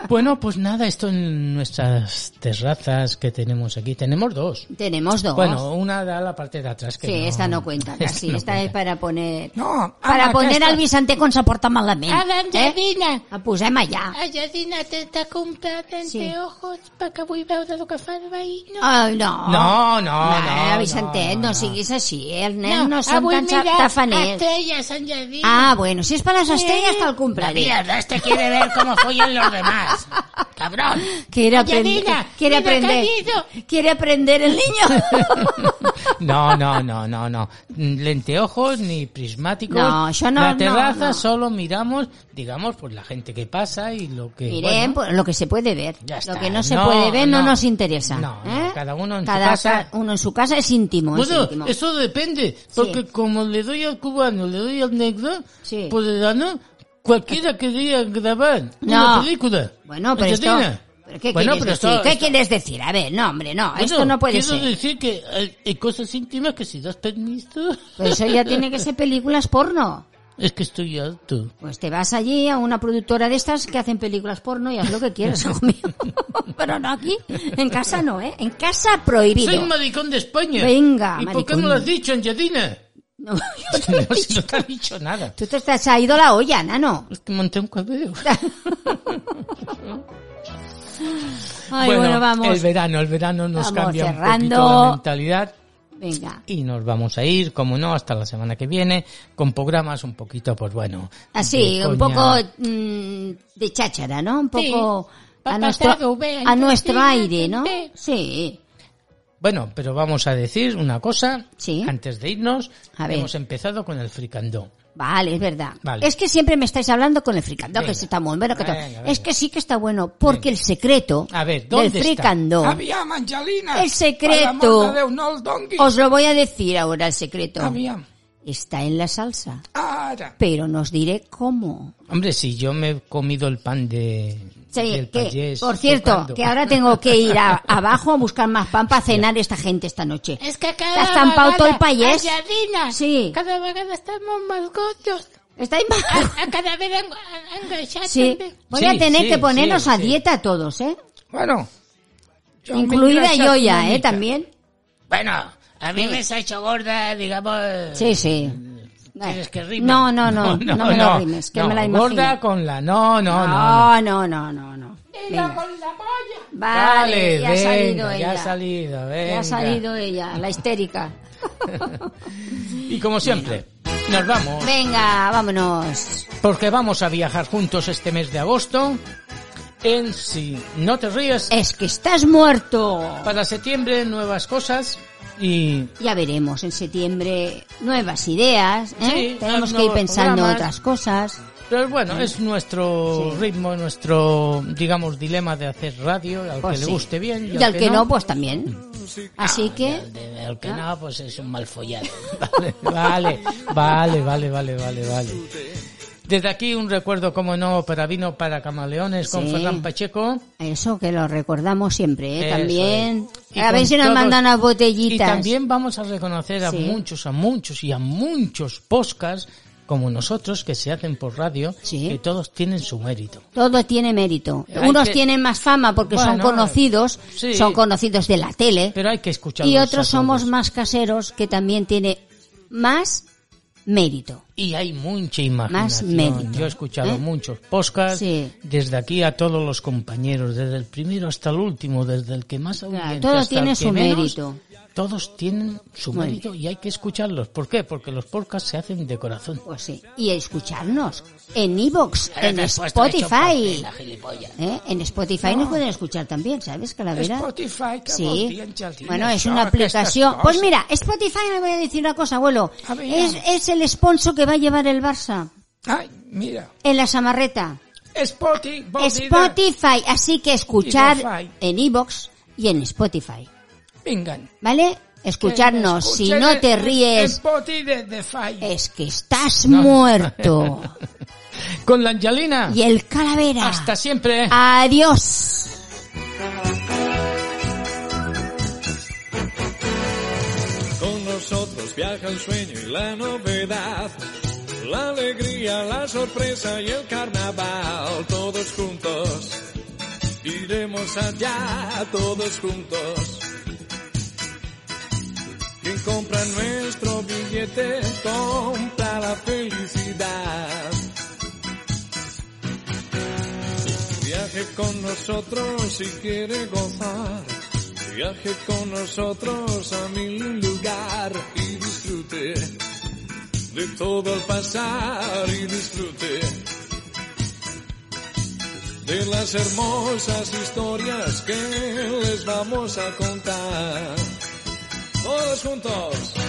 [SPEAKER 1] bueno, pues nada, esto en nuestras terrazas que tenemos aquí. Tenemos dos.
[SPEAKER 2] Tenemos dos.
[SPEAKER 1] Bueno, una da la parte de atrás que
[SPEAKER 2] sí,
[SPEAKER 1] no-
[SPEAKER 2] esta
[SPEAKER 1] [laughs]
[SPEAKER 2] no cuenta casi.
[SPEAKER 1] no
[SPEAKER 2] esta es
[SPEAKER 1] cuenta.
[SPEAKER 2] para poner...
[SPEAKER 7] No,
[SPEAKER 2] para
[SPEAKER 7] ama,
[SPEAKER 2] poner
[SPEAKER 7] aquesta-
[SPEAKER 2] al Vicente quan se porta malament.
[SPEAKER 3] A
[SPEAKER 2] ¿eh?
[SPEAKER 3] l'Angelina.
[SPEAKER 2] La posem allà.
[SPEAKER 3] Ah, Angelina, t'he comprat anteojos perquè vull veure el que fa el veí. No,
[SPEAKER 2] Ai, no.
[SPEAKER 1] No, no,
[SPEAKER 2] Mare,
[SPEAKER 1] no,
[SPEAKER 2] Vicentet, no,
[SPEAKER 1] no, no.
[SPEAKER 2] siguis així. eh? Els nens no, són
[SPEAKER 3] avui
[SPEAKER 2] tan sa-
[SPEAKER 3] Ah, mira
[SPEAKER 2] tafaners.
[SPEAKER 3] estrellas, Angelina.
[SPEAKER 2] Ah, bueno, si es para las estrellas te'l compraré.
[SPEAKER 1] Mierda, este quiere ver cómo follan los
[SPEAKER 2] [laughs]
[SPEAKER 1] demás. Cabrón.
[SPEAKER 2] Quiere
[SPEAKER 3] Oye,
[SPEAKER 2] aprender,
[SPEAKER 3] mira,
[SPEAKER 2] quiere
[SPEAKER 3] mira,
[SPEAKER 2] aprender,
[SPEAKER 3] Carlito.
[SPEAKER 2] quiere aprender el
[SPEAKER 1] [laughs]
[SPEAKER 2] niño.
[SPEAKER 1] No, no, no, no, no. Lenteojos ni prismáticos.
[SPEAKER 2] No, yo no,
[SPEAKER 1] La terraza
[SPEAKER 2] no, no.
[SPEAKER 1] solo miramos, digamos, pues la gente que pasa y lo que. bueno.
[SPEAKER 2] Mirem pues, lo que se puede ver.
[SPEAKER 1] Ya está.
[SPEAKER 2] Lo que no se
[SPEAKER 1] No,
[SPEAKER 2] puede ver no,
[SPEAKER 1] no.
[SPEAKER 2] nos interesa.
[SPEAKER 1] No,
[SPEAKER 2] ¿eh?
[SPEAKER 1] no, cada uno en su
[SPEAKER 2] Cada
[SPEAKER 1] casa.
[SPEAKER 2] ca- uno en su casa es íntimo. es
[SPEAKER 1] Bueno,
[SPEAKER 2] íntimo.
[SPEAKER 1] eso depende, porque como le doy al cubano, le doy al negro,
[SPEAKER 2] Sí.
[SPEAKER 1] pues le dan, ¿no? Cualquiera quería grabar una
[SPEAKER 2] No.
[SPEAKER 1] película.
[SPEAKER 2] Bueno, pero esto...
[SPEAKER 1] ¿Entendida?
[SPEAKER 2] ¿pero ¿Qué,
[SPEAKER 1] Bueno,
[SPEAKER 2] quieres
[SPEAKER 1] pero
[SPEAKER 2] decir?
[SPEAKER 1] esto-
[SPEAKER 2] ¿Qué
[SPEAKER 1] esto-
[SPEAKER 2] quieres decir? A ver, no, hombre, no,
[SPEAKER 1] Bueno,
[SPEAKER 2] esto no puede
[SPEAKER 1] quiero
[SPEAKER 2] ser.
[SPEAKER 1] decir que hay, hay cosas íntimas que si das permiso...
[SPEAKER 2] Pero eso ya tiene que ser películas porno.
[SPEAKER 1] Es que estoy harto.
[SPEAKER 2] Pues te vas allí a una productora de estas que hacen películas porno y haz lo que quieras, [laughs] hijo mío. Pero no aquí, en casa no, ¿eh? En casa prohibido.
[SPEAKER 1] Soy un maricón de España.
[SPEAKER 2] Venga,
[SPEAKER 1] ¿Y por qué
[SPEAKER 2] maricón.
[SPEAKER 1] me lo has dicho,
[SPEAKER 2] [laughs]
[SPEAKER 1] Angelina? [laughs]
[SPEAKER 2] No, yo te lo he
[SPEAKER 1] No, si
[SPEAKER 2] dicho.
[SPEAKER 1] no te ha dicho nada.
[SPEAKER 2] Tú te estás ha ido la olla, nano.
[SPEAKER 1] Es que monté un cabello.
[SPEAKER 2] Ay, bueno,
[SPEAKER 1] El
[SPEAKER 2] vamos.
[SPEAKER 1] verano, el verano nos
[SPEAKER 2] Vamos
[SPEAKER 1] cambia un poquito
[SPEAKER 2] cerrando.
[SPEAKER 1] la mentalidad.
[SPEAKER 2] Venga.
[SPEAKER 1] Y nos vamos a ir, como no, hasta la semana que viene, con programas un poquito, pues bueno.
[SPEAKER 2] Así,
[SPEAKER 1] de
[SPEAKER 2] un
[SPEAKER 1] coña.
[SPEAKER 2] poco mm, de cháchara, ¿no? Un
[SPEAKER 3] Sí.
[SPEAKER 2] poco
[SPEAKER 3] Pa'
[SPEAKER 2] a
[SPEAKER 3] pasar
[SPEAKER 2] nuestro,
[SPEAKER 3] uvea,
[SPEAKER 2] a nuestro
[SPEAKER 3] entonces,
[SPEAKER 2] aire, ¿no?
[SPEAKER 3] entonces.
[SPEAKER 2] Sí.
[SPEAKER 1] Bueno, pero vamos a decir una cosa
[SPEAKER 2] Sí.
[SPEAKER 1] antes de irnos.
[SPEAKER 2] A ver.
[SPEAKER 1] Hemos empezado con el fricandón.
[SPEAKER 2] Vale, es verdad.
[SPEAKER 1] Vale.
[SPEAKER 2] Es que siempre me estáis hablando con el fricandó, que
[SPEAKER 1] Venga.
[SPEAKER 2] sí está muy bueno. Que todo.
[SPEAKER 1] Venga, venga.
[SPEAKER 2] Es que sí que está bueno, porque el secreto
[SPEAKER 1] A ver, ¿dónde
[SPEAKER 2] del
[SPEAKER 1] está?
[SPEAKER 2] fricandó,
[SPEAKER 4] Había Angelina.
[SPEAKER 2] Oh. El secreto.
[SPEAKER 4] Per l'amor de Déu, no el donguis.
[SPEAKER 2] os lo voy a decir ahora el secreto,
[SPEAKER 4] Aviam.
[SPEAKER 2] está en la salsa.
[SPEAKER 4] Ara.
[SPEAKER 2] Pero no os diré cómo.
[SPEAKER 1] Hombre, si yo me he comido el pan de...
[SPEAKER 2] Sí,
[SPEAKER 1] del
[SPEAKER 2] que,
[SPEAKER 1] payés
[SPEAKER 2] por cierto,
[SPEAKER 1] tocando.
[SPEAKER 2] que ahora tengo que
[SPEAKER 1] [laughs]
[SPEAKER 2] ir a- abajo a buscar más pan para cenar esta gente esta noche.
[SPEAKER 3] Es que
[SPEAKER 2] Te
[SPEAKER 3] cada
[SPEAKER 2] has zampado todo el payés.
[SPEAKER 3] Angelina,
[SPEAKER 2] Sí.
[SPEAKER 3] cada vegada estamos más
[SPEAKER 2] [laughs]
[SPEAKER 3] gordos.
[SPEAKER 2] ¿Estáis mal?
[SPEAKER 3] A, a cada vez han, han engreixat
[SPEAKER 2] Sí.
[SPEAKER 3] també.
[SPEAKER 2] Voy
[SPEAKER 1] Sí,
[SPEAKER 2] a tener
[SPEAKER 1] sí,
[SPEAKER 2] que ponernos
[SPEAKER 1] sí,
[SPEAKER 2] a
[SPEAKER 1] sí.
[SPEAKER 2] dieta todos, ¿eh?
[SPEAKER 4] Bueno. jo
[SPEAKER 2] Incluida
[SPEAKER 4] m'he
[SPEAKER 2] yo
[SPEAKER 4] engreixat una
[SPEAKER 2] ya, ¿eh?
[SPEAKER 4] mica.
[SPEAKER 2] También.
[SPEAKER 1] Bueno, a mí me se ha hecho gorda, digamos...
[SPEAKER 2] Sí, sí.
[SPEAKER 1] ¿Quieres Eh, que rime?
[SPEAKER 2] No, no, no, no, me lo rimes,
[SPEAKER 1] [laughs]
[SPEAKER 2] que
[SPEAKER 1] no,
[SPEAKER 2] me la imagino.
[SPEAKER 1] Gorda con la... No, no, no. no.
[SPEAKER 2] no, no, no, no, no. Venga. Vale, ya ha
[SPEAKER 1] venga,
[SPEAKER 2] salido
[SPEAKER 1] ya
[SPEAKER 2] ella.
[SPEAKER 1] ha salido,
[SPEAKER 2] Ya
[SPEAKER 1] venga.
[SPEAKER 2] ha salido ella,
[SPEAKER 1] [laughs]
[SPEAKER 2] la histérica.
[SPEAKER 1] Y como siempre, nos vamos,
[SPEAKER 2] Venga, vámonos.
[SPEAKER 1] porque vamos a viajar juntos este mes de agosto en Si no te ríes.
[SPEAKER 2] Es que estás muerto.
[SPEAKER 1] Para septiembre, nuevas cosas y...
[SPEAKER 2] Ya veremos en septiembre nuevas ideas. ¿eh?
[SPEAKER 1] Sí,
[SPEAKER 2] Tenemos
[SPEAKER 1] nuevos
[SPEAKER 2] que ir pensando
[SPEAKER 1] programas.
[SPEAKER 2] otras cosas.
[SPEAKER 1] Pero bueno, es nuestro
[SPEAKER 2] Sí.
[SPEAKER 1] ritmo, nuestro, digamos, dilema de hacer radio, al
[SPEAKER 2] Pues
[SPEAKER 1] que
[SPEAKER 2] sí.
[SPEAKER 1] le guste bien
[SPEAKER 2] Y al que no, pues también. Así que,
[SPEAKER 1] De- Al que no, pues es un mal follado. [laughs] Vale, vale, vale, vale, vale, vale, vale. Desde aquí un recuerdo, como no, para vino para camaleones con
[SPEAKER 2] Sí.
[SPEAKER 1] Ferran Pacheco.
[SPEAKER 2] eso que lo recordamos siempre, ¿eh?
[SPEAKER 1] Eso
[SPEAKER 2] también. eh,
[SPEAKER 1] es. Y
[SPEAKER 2] A ver
[SPEAKER 1] con
[SPEAKER 2] si nos
[SPEAKER 1] todos-
[SPEAKER 2] mandan unas
[SPEAKER 1] Y
[SPEAKER 2] botellitas.
[SPEAKER 1] también vamos a reconocer a
[SPEAKER 2] Sí.
[SPEAKER 1] muchos, a muchos y a muchos podcasts como nosotros que se hacen por radio,
[SPEAKER 2] Sí.
[SPEAKER 1] que todos tienen su mérito.
[SPEAKER 2] Todo tiene mérito.
[SPEAKER 1] Hay
[SPEAKER 2] Unos
[SPEAKER 1] que-
[SPEAKER 2] tienen más fama porque son
[SPEAKER 1] Bueno,
[SPEAKER 2] conocidos,
[SPEAKER 1] sí.
[SPEAKER 2] son conocidos de la tele,
[SPEAKER 1] Pero hay que escuchar.
[SPEAKER 2] y otros somos más caseros que también tiene más mérito.
[SPEAKER 1] Y hay mucha imaginación.
[SPEAKER 2] Más mérito,
[SPEAKER 1] Yo he escuchado
[SPEAKER 2] ¿eh?
[SPEAKER 1] muchos podcasts.
[SPEAKER 2] Sí.
[SPEAKER 1] Desde aquí a todos los compañeros, desde el primero hasta el último, desde el que más
[SPEAKER 2] Claro,
[SPEAKER 1] audiencia
[SPEAKER 2] todo
[SPEAKER 1] hasta
[SPEAKER 2] tiene
[SPEAKER 1] el que
[SPEAKER 2] su
[SPEAKER 1] menos,
[SPEAKER 2] mérito.
[SPEAKER 1] Todos tienen su
[SPEAKER 2] Muy
[SPEAKER 1] mérito y hay que escucharlos. ¿Por qué? Porque los podcasts se hacen de corazón.
[SPEAKER 2] Pues sí. Y escucharnos en Evox, en Spotify. ¿Eh? En Spotify nos pueden escuchar también, ¿sabes, Calavera?
[SPEAKER 4] Spotify, que vol
[SPEAKER 2] Sí.
[SPEAKER 4] dir, Angelina,
[SPEAKER 2] Bueno, es
[SPEAKER 4] això,
[SPEAKER 2] una
[SPEAKER 4] aquestes
[SPEAKER 2] aplicación.
[SPEAKER 4] coses.
[SPEAKER 2] Pues mira, Spotify me voy a decir una cosa, abuelo.
[SPEAKER 4] A ver.
[SPEAKER 2] Es, es el sponsor que va a llevar el Barça
[SPEAKER 4] Ai, mira.
[SPEAKER 2] en la Samarreta.
[SPEAKER 4] Spotify. vol dir de-
[SPEAKER 2] Spotify, así que escuchar
[SPEAKER 4] Spotify.
[SPEAKER 2] en Evox y en Spotify,
[SPEAKER 4] Vingan.
[SPEAKER 2] ¿vale? Escucharnos, si
[SPEAKER 4] Escuchen
[SPEAKER 2] no
[SPEAKER 4] el-
[SPEAKER 2] te ríes, Eh.
[SPEAKER 4] Spotify de, de Fai.
[SPEAKER 2] es que estás muerto.
[SPEAKER 4] [laughs]
[SPEAKER 1] Con la Angelina.
[SPEAKER 2] Y el calavera.
[SPEAKER 1] Hasta siempre.
[SPEAKER 2] Adiós.
[SPEAKER 9] Con nosotros viaja el sueño y la novedad, la alegría, la sorpresa y el carnaval. Todos juntos iremos allá, todos juntos. Quien compra nuestro billete compra la felicidad. Viaje con nosotros si quiere gozar. Viaje con nosotros a mi lugar y disfrute de todo al pasar y disfrute de las hermosas historias que les vamos a contar. Todos juntos.